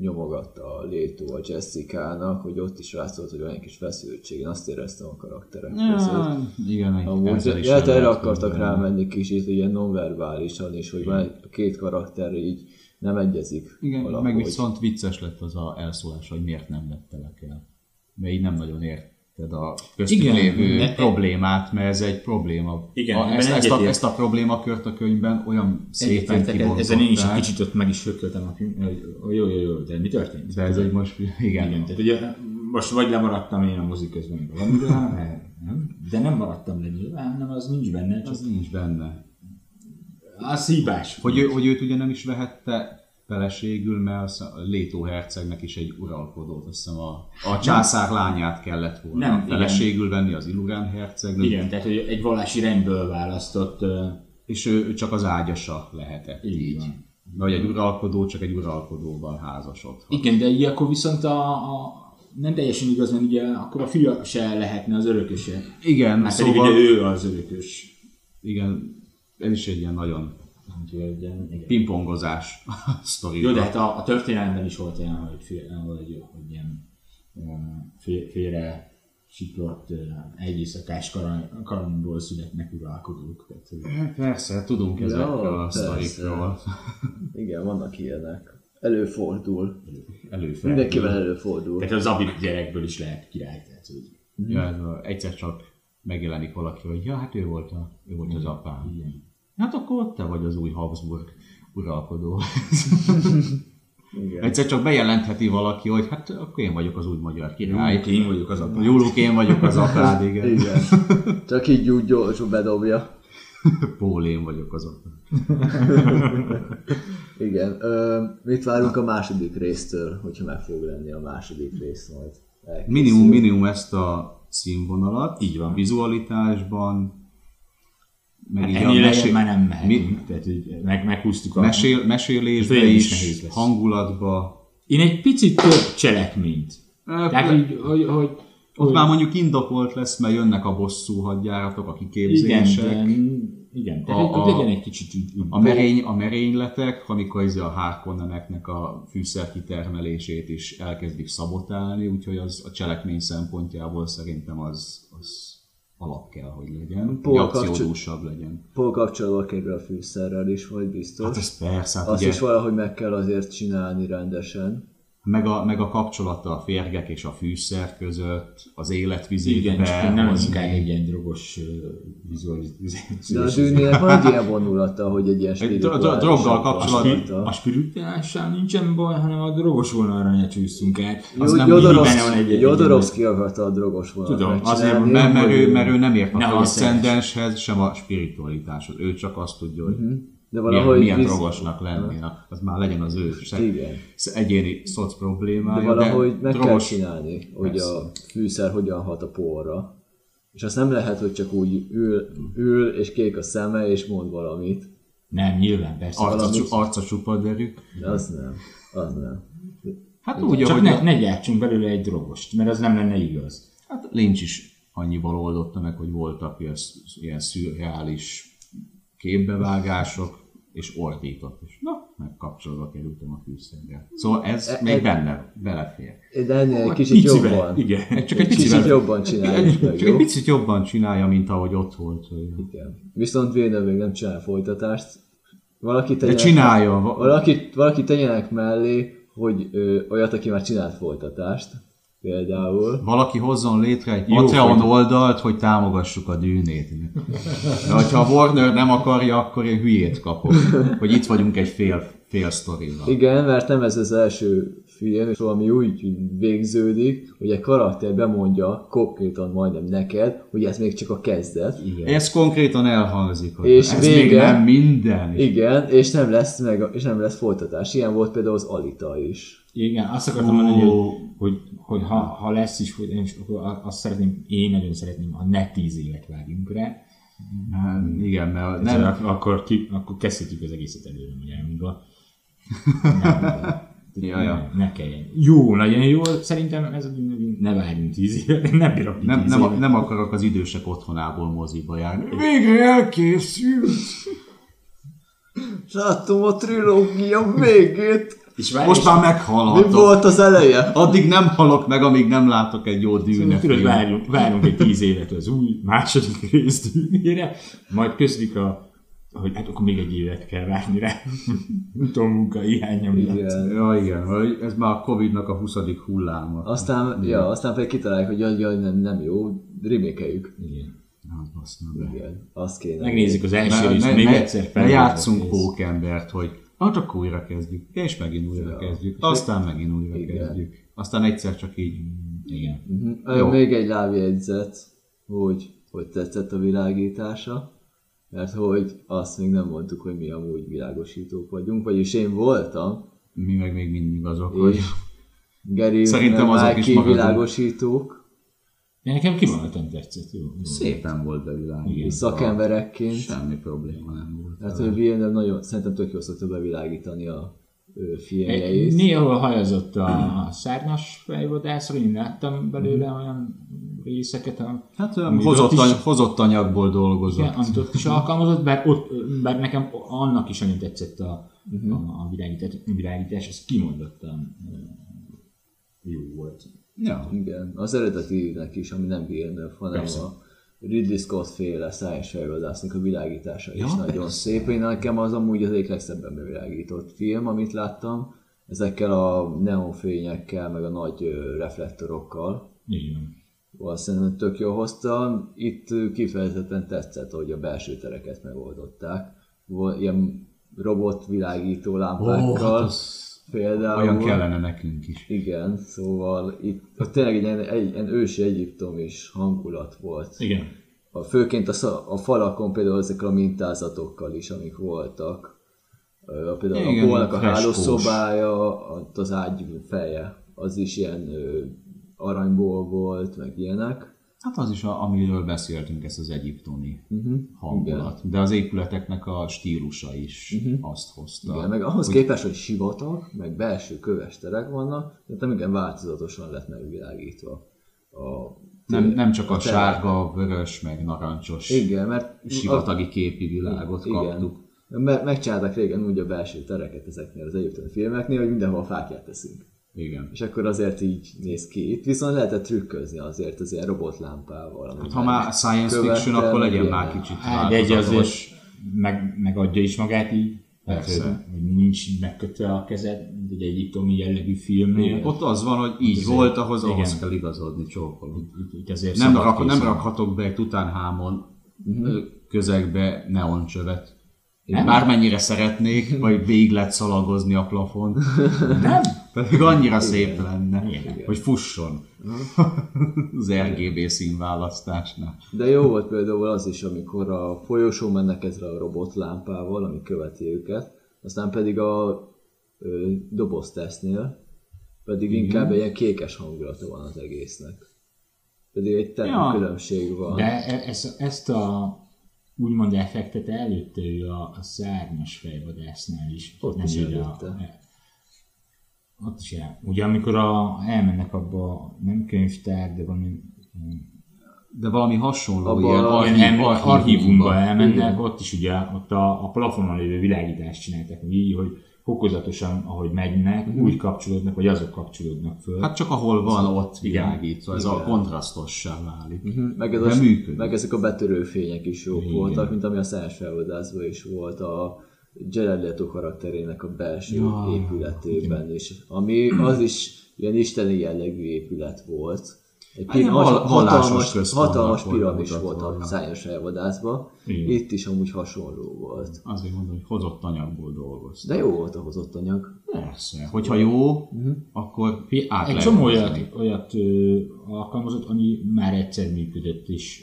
S2: nyomogatta a létó a Jessica-nak, hogy ott is rászólt, hogy olyan kis feszültség. Én azt éreztem a karakterek között.
S1: Ja, igen, egy-
S2: Amúgy
S1: ezzel is
S2: lehet
S1: el
S2: erre
S1: lehet
S2: akartak
S1: mondani.
S2: rámenni kicsit, ugye nonverbálisan is, hogy már a két karakter így nem egyezik.
S1: Igen,
S2: valahogy.
S1: meg viszont vicces lett az a elszólás, hogy miért nem vettelek el. Mert így nem nagyon érted a köztük
S3: Igen,
S1: Igen, lévő
S3: de-
S1: problémát, mert ez egy probléma.
S3: Igen,
S1: a,
S3: ebben
S1: ezt, ezt, a,
S3: egyetért-
S1: ezt a problémakört a könyvben olyan szépen
S3: Egyetértek, ezen én is egy
S1: kibontották,
S3: kicsit ott meg is hököltem a film, hogy jó, jó, jó, de mi történt?
S1: de ez egy most, igen,
S3: Igen, tehát ugye most vagy lemaradtam én a mozi közben, meg valamiről, mert nem, de nem maradtam le nyilván, hanem az nincs benne, csak
S1: az nincs benne.
S3: az hibás.
S1: Hogy, ő, hogy őt ugye nem is vehette feleségül, mert az a Létó hercegnek is egy uralkodót, azt hiszem a, a császár lányát kellett volna
S3: Nem,
S1: nem,
S3: igen.
S1: feleségül venni, az Ilurán hercegnőt,
S3: Igen, tehát hogy egy vallási rendből választott ö,
S1: és ő, ő csak az ágyasa lehetett
S3: Így
S1: így. így.
S3: van.
S1: Mert hogy egy uralkodó csak egy uralkodóval házasodhat.
S3: Igen, de így akkor viszont a, a nem teljesen igaz, mert ugye akkor a fia se lehetne az örököse.
S1: Igen,
S3: Már szóval... pedig
S1: szóval,
S3: ugye ő az örökös.
S1: igen, ez is egy ilyen nagyon
S3: Úgyhogy, igen.
S1: pingpongozás a sztoriba.
S3: Jó, de hát a, a történelemben is volt olyan, hogy, fél, hogy, hogy ilyen ö, fél, félre siklott ö, egy éjszakás karan- kalandból születnek uralkodók. Tehát, hogy-
S1: Hát Persze, tudunk
S2: Ja,
S1: ezekről a
S2: persze.
S1: sztorikról.
S2: Igen, vannak ilyenek. Előfordul.
S1: Előfel.
S2: Mindenkivel előfordul.
S3: tehát az abit gyerekből is lehet király. Tehát, hogy,
S1: Ja, ez a, egyszer csak megjelenik valaki, hogy ja, hát ő volt, a, ő volt
S3: Mhm.
S1: az apám.
S3: igen.
S1: Hát akkor te vagy az új Habsburg uralkodó.
S2: Igen.
S1: Egyszer csak bejelentheti valaki, hogy hát akkor én vagyok az új magyar király.
S3: Jó, én vagyok az apám.
S1: Jóluk, én vagyok az apád, igen.
S2: Igen. Csak így úgy gyorsan bedobja.
S1: Pól, én vagyok az apád.
S2: Igen. Ö, mit várunk a második résztől, hogyha meg fog lenni a második rész majd? Elkészül.
S1: Minimum, minimum ezt a színvonalat.
S3: Így van.
S1: Vizualitásban. Meg
S3: Hát
S1: így a
S3: ennél
S1: mesé-
S3: lejjebb már nem mehetünk.
S1: Mi-
S3: Tehát, hogy meg, meghúztuk a...
S1: mesél, mesélésbe
S3: Ez is
S1: is,
S3: nehéz lesz.
S1: hangulatba.
S3: Én egy picit több cselekményt.
S1: Ö,
S3: Tehát így, Hát, hogy, hogy,
S1: Ott
S3: hogy
S1: már mondjuk indokolt lesz, mert jönnek a bosszú hadjáratok, a
S3: igen,
S1: kiképzések.
S3: de, igen, tehát
S1: A-
S3: a, a,
S1: a-
S3: legyen egy kicsit úgy, úgy
S1: A, merény, a merényletek, amikor ez a hákonneneknek a fűszer kitermelését is elkezdik szabotálni, úgyhogy az a cselekmény szempontjából szerintem az, az alap kell, hogy legyen.
S2: Pol
S1: Hogy
S2: kapcsol-
S1: akciódúsabb legyen.
S2: Pol kapcsolva kerül a fűszerrel is, vagy biztos.
S1: Hát ez persze, hát
S2: Azt
S1: ugye,
S2: is valahogy meg kell azért csinálni rendesen.
S1: meg, a, meg a kapcsolata a férgek és a fűszer között, az életvizét
S3: igen, csak én nem az
S1: behozni.
S3: inkább egy ilyen drogos
S2: De a
S3: vizualizáció.
S2: dűnének van egy ilyen vonulata, hogy egy ilyen
S1: dro-
S2: spirituális
S1: droggal kapcsolatban.
S2: vonulata.
S3: A spirituálisan nincsen baj, hanem a drogos vonalra ne csúszunk át.
S1: az nem
S2: Jodorowsky-
S3: benne van egy- egy-
S2: Jodorowsky akarta a drogos vonalat
S3: Tudom, azért
S2: megcsinálni.
S3: mondom,
S1: Mert, mert, ő, mert ő nem ért a
S3: Nehogy
S1: transzcendenshez, sem a spiritualitáshoz. Ő csak azt tudja, hogy
S2: De
S1: milyen,
S2: valahogy
S1: milyen
S2: visz-
S1: drogosnak lenni. Az már legyen az ő se,
S2: Igen.
S1: se- egyéni szoc
S2: de
S1: problémája.
S2: valahogy meg kell
S1: drogos-
S2: csinálni, hogy
S1: Persze.
S2: a fűszer hogyan hat a porra. És azt nem lehet, hogy csak úgy ül, ül és kék a szeme, és mond valamit.
S3: Nem, nyilván, persze.
S1: Arca,
S2: valami-
S1: csu- arca csupa derű.
S2: De az nem. Az nem.
S1: Hát úgy,
S3: Csak
S1: ahogy
S3: ne, ne gyártsunk belőle egy drogost, mert az nem lenne igaz.
S1: Hát Lynch is annyival oldotta meg, hogy voltak ilyen, sz- ilyen szürreális képbevágások, és ordított is. Na, megkapcsolva kerültem a fűszerre. Szóval ez
S2: E-
S1: még
S2: e-
S1: benne belefér.
S2: De ennél egy
S3: Vagy
S2: kicsit
S3: picivel,
S2: jobban.
S3: Igen.
S1: Csak
S2: Egy kicsit jobban
S1: Egy-
S2: csináljuk meg,
S1: Csak egy
S2: jó?
S1: picit jobban csinálja, mint ahogy ott volt. Hogy...
S2: Igen. Viszont Vénő még nem csinál folytatást. Valaki
S1: De
S2: tegyen-
S1: csinálja. va-
S2: Valaki, valaki tegyenek mellé, hogy ö, olyat, aki már csinált folytatást, például.
S1: Valaki hozzon létre egy
S3: Jó,
S1: Patreon
S3: hogy-
S1: oldalt, hogy támogassuk a dűnét. De hogyha a Warner nem akarja, akkor én hülyét kapok. Hogy itt vagyunk egy fél, fél sztorival.
S2: Igen, mert nem ez az első fi- film, és valami úgy végződik, hogy egy karakter bemondja konkrétan majdnem neked, hogy ez még csak a kezdet.
S3: Igen.
S1: Ez konkrétan elhangzik, hogy
S2: És
S1: ez még
S2: vége.
S1: nem minden.
S2: Igen, és nem lesz, meg, és nem lesz folytatás. Ilyen volt például az Alita is.
S3: Igen, azt akartam
S1: Ó.
S3: mondani, hogy, hogy, hogy ha, ha lesz is, hogy én, akkor azt szeretném, én nagyon szeretném, ha ne tíz évet vágjunk rá,
S1: Hát, igen, mert
S3: Nem.
S1: nem,
S3: Ak- akkor, ki, akkor kezdhetjük az egészet előre, ugye, mondva.
S1: Ja, ja.
S3: Ne, ne kelljen. Jó, nagyon jó, szerintem ez a dűnövünk. Ne várjunk tíz évet, én nem bírok ki
S1: nem,
S3: tíz
S1: nem,
S2: izé.
S3: évet.
S1: nem akarok az idősek otthonából moziba járni. Végre elkészült!
S2: És Láttam a trilógia végét!
S3: És várj,
S1: Most
S3: és-
S1: már
S2: Mi
S1: meghalhatok.
S2: volt az eleje?
S1: Addig nem halok meg, amíg nem látok egy jó
S2: Szóval
S1: dűne
S3: Tudod,
S1: filmet.
S3: várjunk, várjunk egy tíz évet az új második rész dűnére, majd közlik a hogy hát akkor még egy évet kell várni rá. Utómunka hiánya miatt.
S2: Igen.
S1: Ja, igen, vagy ez már a Covid-nak a 20. hulláma.
S2: Aztán, ja, aztán pedig kitalálják, hogy jaj, jaj, nem, nem jó, remékeljük.
S3: Igen.
S1: Hát, basszna be.
S2: Igen, azt kéne.
S3: Megnézzük az első
S1: Ne,
S3: részt,
S1: ne,
S3: még
S1: ne,
S3: egyszer
S1: ne
S3: fel.
S1: játszunk pókembert, hogy hát akkor újra kezdjük, és megint újra kezdjük, aztán megint újra
S2: Igen.
S1: kezdjük. Aztán egyszer csak így.
S3: Igen.
S2: Ö,
S1: Jó.
S2: Még egy lábjegyzet, hogy, hogy tetszett a világítása, mert hogy azt még nem mondtuk, hogy mi amúgy világosítók vagyunk, vagyis én voltam,
S1: Mi meg még mindig azok, hogy
S2: és Geri,
S1: Szerintem
S2: meg
S1: azok
S2: Mike
S1: is maradunk.
S2: világosítók,
S3: De nekem kimondottan tetszett. Jó. jó.
S1: szépen volt bevilágítva.
S3: Igen.
S2: szakemberekként.
S1: Semmi probléma nem volt.
S2: Tehát, hogy Villeneuve nagyon, szerintem tök jól szokta bevilágítani a ő filmjeit.
S3: Néhol hajazott a szárnyas fejvadászra, én láttam belőle olyan részeket, a,
S1: Hát olyan
S3: Amíg
S1: hozott,
S3: ott is-
S1: any- hozott anyagból dolgozott.
S3: igen, amit ott is alkalmazott, bár, ott, bár nekem annak is nagyon tetszett a,
S1: Mhm.
S3: a, a világítás, világítás, ez kimondottan ö, jó volt.
S1: Ja.
S2: Igen, az eredetinek is, ami nem Villeneuve, hanem
S3: Persze.
S2: a Ridley Scott féle science fejvadásznak a világítása ja,
S1: Ja,
S2: is nagyon
S1: persze.
S2: szép. Én nekem az amúgy az egyik legszebben bevilágított film, amit láttam, ezekkel a neonfényekkel, meg a nagy ö, reflektorokkal.
S3: Így van.
S2: Azt szerintem tök jól hozta. Itt ö, kifejezetten tetszett, hogy a belső tereket megoldották. Volt ilyen robotvilágító
S1: Ó, hát
S2: lámpákkal.
S1: az
S2: például.
S1: olyan kellene nekünk is.
S2: Igen, szóval itt tényleg egy, ilyen- egy, ilyen ősi Egyiptom is hangulat volt.
S3: Igen.
S2: A, főként a, sza- a falakon például ezekkel a mintázatokkal is, amik voltak. Ö, Például Igen,
S1: Igen,
S2: a bolnak a
S1: freskós.
S2: hálószobája, a- az ágy feje, az is ilyen ö, aranyból volt, meg ilyenek.
S1: Hát az is, a, amiről beszéltünk, ez az egyiptomi uh-huh. hangulat. De az épületeknek a stílusa is uh-huh. azt hozta.
S2: Igen, meg ahhoz képest, hogy sivatag, meg belső köves terek vannak, de nem igen változatosan lett megvilágítva. A,
S1: Nem, nem csak a,
S2: terek.
S1: sárga, vörös, meg narancsos
S2: Igen, mert
S1: sivatagi képi világot kaptuk.
S2: Me- megcsinálták régen úgy a belső tereket ezeknél az egyiptomi filmeknél, hogy mindenhol fákját teszünk.
S1: Igen.
S2: És akkor azért így néz ki. Itt viszont lehetett trükközni azért az ilyen robotlámpával.
S1: Hát, ha már science fiction,
S2: Követtem,
S1: akkor legyen
S2: igen.
S1: már kicsit
S3: Hát de egy azért
S1: változatos.
S3: meg, megadja is magát így, tehát, hogy,
S1: Persze.
S3: hogy nincs megkötve a kezed, mint egy egyiptomi jellegű filmnél.
S1: Ott az van, hogy így
S3: azért-
S1: volt, ahhoz,
S3: igen.
S1: ahhoz kell igazodni, csókolom.
S3: Itt- itt azért
S1: Nem,
S3: szabad
S1: rak, nem
S3: kézzel.
S1: rakhatok be egy tutánhámon uh-huh. közegbe neoncsövet.
S3: Nem?
S1: Nem? Bármennyire szeretnék, vagy végig lehet szalagozni a plafon,
S3: Nem?
S1: pedig annyira szép lenne,
S3: Igen.
S1: hogy fusson az RGB színválasztásnál.
S2: De jó volt például az is, amikor a folyosón mennek ezre a robotlámpával, ami követi őket, aztán pedig a ö, doboztesznél pedig
S1: Mhm.
S2: Igen. inkább egy ilyen kékes hangulata van az egésznek. Pedig egy
S1: Ja.
S2: ja. különbség van.
S3: De e- ezt, ezt a úgymond effektet előtte ő a, a szárnyas fejvadásznál is.
S2: Ott is
S3: így a- e-
S2: előtte.
S3: Ott is el. Ugye amikor a, elmennek abba, nem könyvtár, de valami
S1: De valami hasonló,
S2: Abba
S1: ilyen
S2: a-
S1: archív,
S3: archív,
S1: archívumba.
S3: archívumba elmennek,
S2: Igen.
S3: ott is ugye ott a, a plafonon lévő világítást csináltak így, hogy fokozatosan, ahogy megynek, úgy kapcsolódnak, vagy azok kapcsolódnak föl.
S1: Hát csak ahol van, ott
S3: Igen.
S1: világít, szóval ez a kontrasztossá válik.
S2: Mhm, Meg,
S1: De
S2: ez a,
S1: működik.
S2: meg ezek a betörő fények is jók
S3: Igen.
S2: Igen. voltak, mint ami a Science Felvadászban is volt a Jared Leto karakterének a belső
S1: Ja.
S2: ja. épületében is, ami az is ilyen isteni jellegű épület volt. Egy
S1: Hát ilyen
S2: pir- has-
S1: val- vallásos
S2: hatalmas,
S1: központnak
S2: hatalmas
S1: volt
S2: piramis
S1: bemutatva,
S2: volt a
S1: ja.
S2: szájos elvadászban.
S3: Igen.
S2: Itt is amúgy hasonló volt.
S1: Azért mondom, hogy hozott anyagból dolgoz.
S2: De jó volt a hozott anyag.
S1: Persze. Hogyha jó,
S2: Mhm.
S1: akkor fi- át
S3: Egy
S1: lehet
S3: csomó
S1: hozni.
S3: olyat, olyat ö, alkalmazott, ami már egyszer működött, és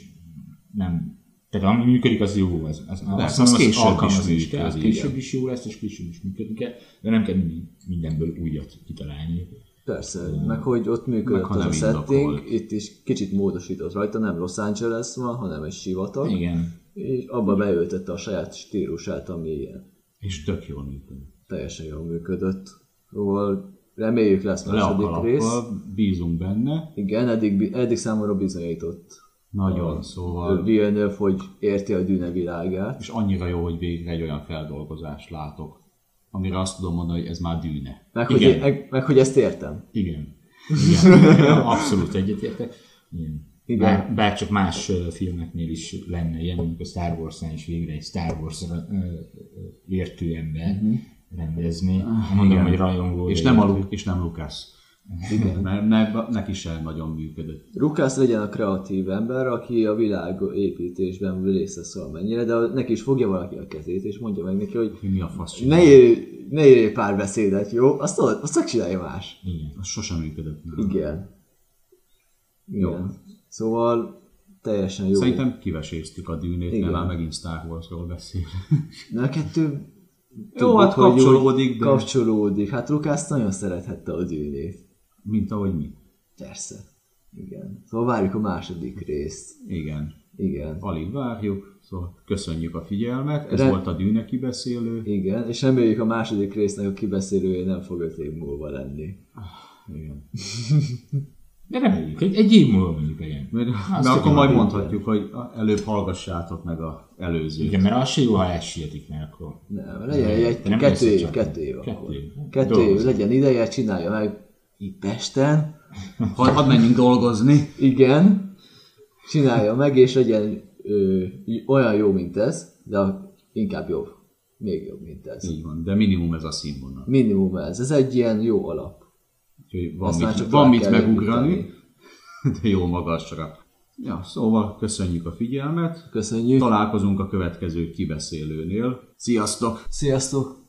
S3: nem... Tehát ami működik, az jó, az, az,
S1: Persze,
S3: azt mondom,
S1: hát az később is
S3: alkalmazni is kell, az
S1: működik,
S3: később is jó lesz, és később is működni kell, de nem kell mindig mindenből újat kitalálni.
S2: Persze, meg hogy ott működött
S1: ha
S2: az
S1: nem
S2: a setting,
S1: indokolt.
S2: itt is kicsit módosított rajta, nem Los Angeles van, hanem egy sivatag,
S3: Igen.
S2: és abba beültette a saját stílusát, ami ilyen
S1: És tök jól működik.
S2: teljesen jól működött. Szóval reméljük lesz
S1: Le a
S2: második rész.
S1: kalappal, bízunk benne.
S2: Igen, eddig, eddig számomra bizonyított
S1: Nagyon, szóval...
S2: Villeneuve, hogy érti a dűne világát.
S1: És annyira jó, hogy végre egy olyan feldolgozást látok, amire azt tudom mondani, hogy ez már dűne.
S2: Meg hogy,
S3: Igen.
S2: meg, meg hogy ezt értem.
S3: Igen. Igen. Igen. Abszolút egyetértek. Igen.
S2: Igen.
S3: Bár, bár, csak más ö, filmeknél is lenne ilyen, mondjuk a Star Wars-nál is végre egy Star Wars ö, ö, értő ember rendezni. Mondom,
S1: Mhm. Ah, igen.
S3: hogy rajongó.
S1: És
S3: de-
S1: nem, a, Lu- és nem Lukács. Igen. Mert ne, neki sem nagyon működött.
S2: Lukász legyen a kreatív ember, aki a világ építésben része szól mennyire, de neki is fogja valaki a kezét, és mondja meg neki, hogy
S1: Hogy mi a fasz csinál.
S2: ne írj, ne írj pár beszédet, jó? Azt tudod, azt csak csinálja más.
S3: Igen.
S1: Az sosem működött. nálam.
S2: Igen. Jó. Igen. Szóval teljesen jó.
S1: Szerintem kiveséztük a dűnét,
S2: Igen.
S1: mert már megint Star Warsról beszélünk.
S2: Na, a kettő
S1: Jó, hát
S2: hogy úgy
S1: kapcsolódik, de-
S2: Kapcsolódik. Hát Lukász nagyon szerethette a dűnét.
S1: Mint ahogy mi.
S2: Persze. Igen. Szóval várjuk a második részt.
S1: Igen.
S2: Igen.
S1: Alig várjuk, szóval köszönjük a figyelmet. Ez
S2: Re-
S1: volt a dűne kibeszélő.
S2: Igen, és reméljük a második résznek a kibeszélője nem fog öt év múlva lenni.
S1: Igen.
S3: De reméljük, egy, egy év múlva mondjuk legyen.
S1: Mert, mert
S3: tudom,
S1: akkor majd
S3: igen.
S1: mondhatjuk, hogy a- előbb hallgassátok meg a előzőt.
S3: Igen, mert az se jó, ha elsietik, mert akkor...
S2: Nem, legyen egy,
S3: Nem
S2: kettő
S3: lesz
S2: év,
S3: csak.
S2: kettő év
S3: Kettő
S2: akkor.
S3: év.
S2: Kettő év,
S3: Dolgozunk.
S2: legyen ideje, csinálja meg itt Pesten.
S1: Hadd had menjünk dolgozni.
S2: Igen, csinálja meg, és legyen ö, olyan jó, mint ez, de a- inkább jobb. Még jobb, mint ez.
S1: Így van, de minimum ez a színvonal.
S2: Minimum ez. Ez egy ilyen jó alap.
S1: Úgyhogy van
S2: Ezt már
S1: mit,
S2: csak
S1: van
S2: rá
S1: mit
S2: kell
S1: megugrani,
S2: építeni.
S1: de jó magasra. Ja, szóval köszönjük a figyelmet.
S2: Köszönjük.
S1: Találkozunk a következő kibeszélőnél. Sziasztok!
S2: Sziasztok!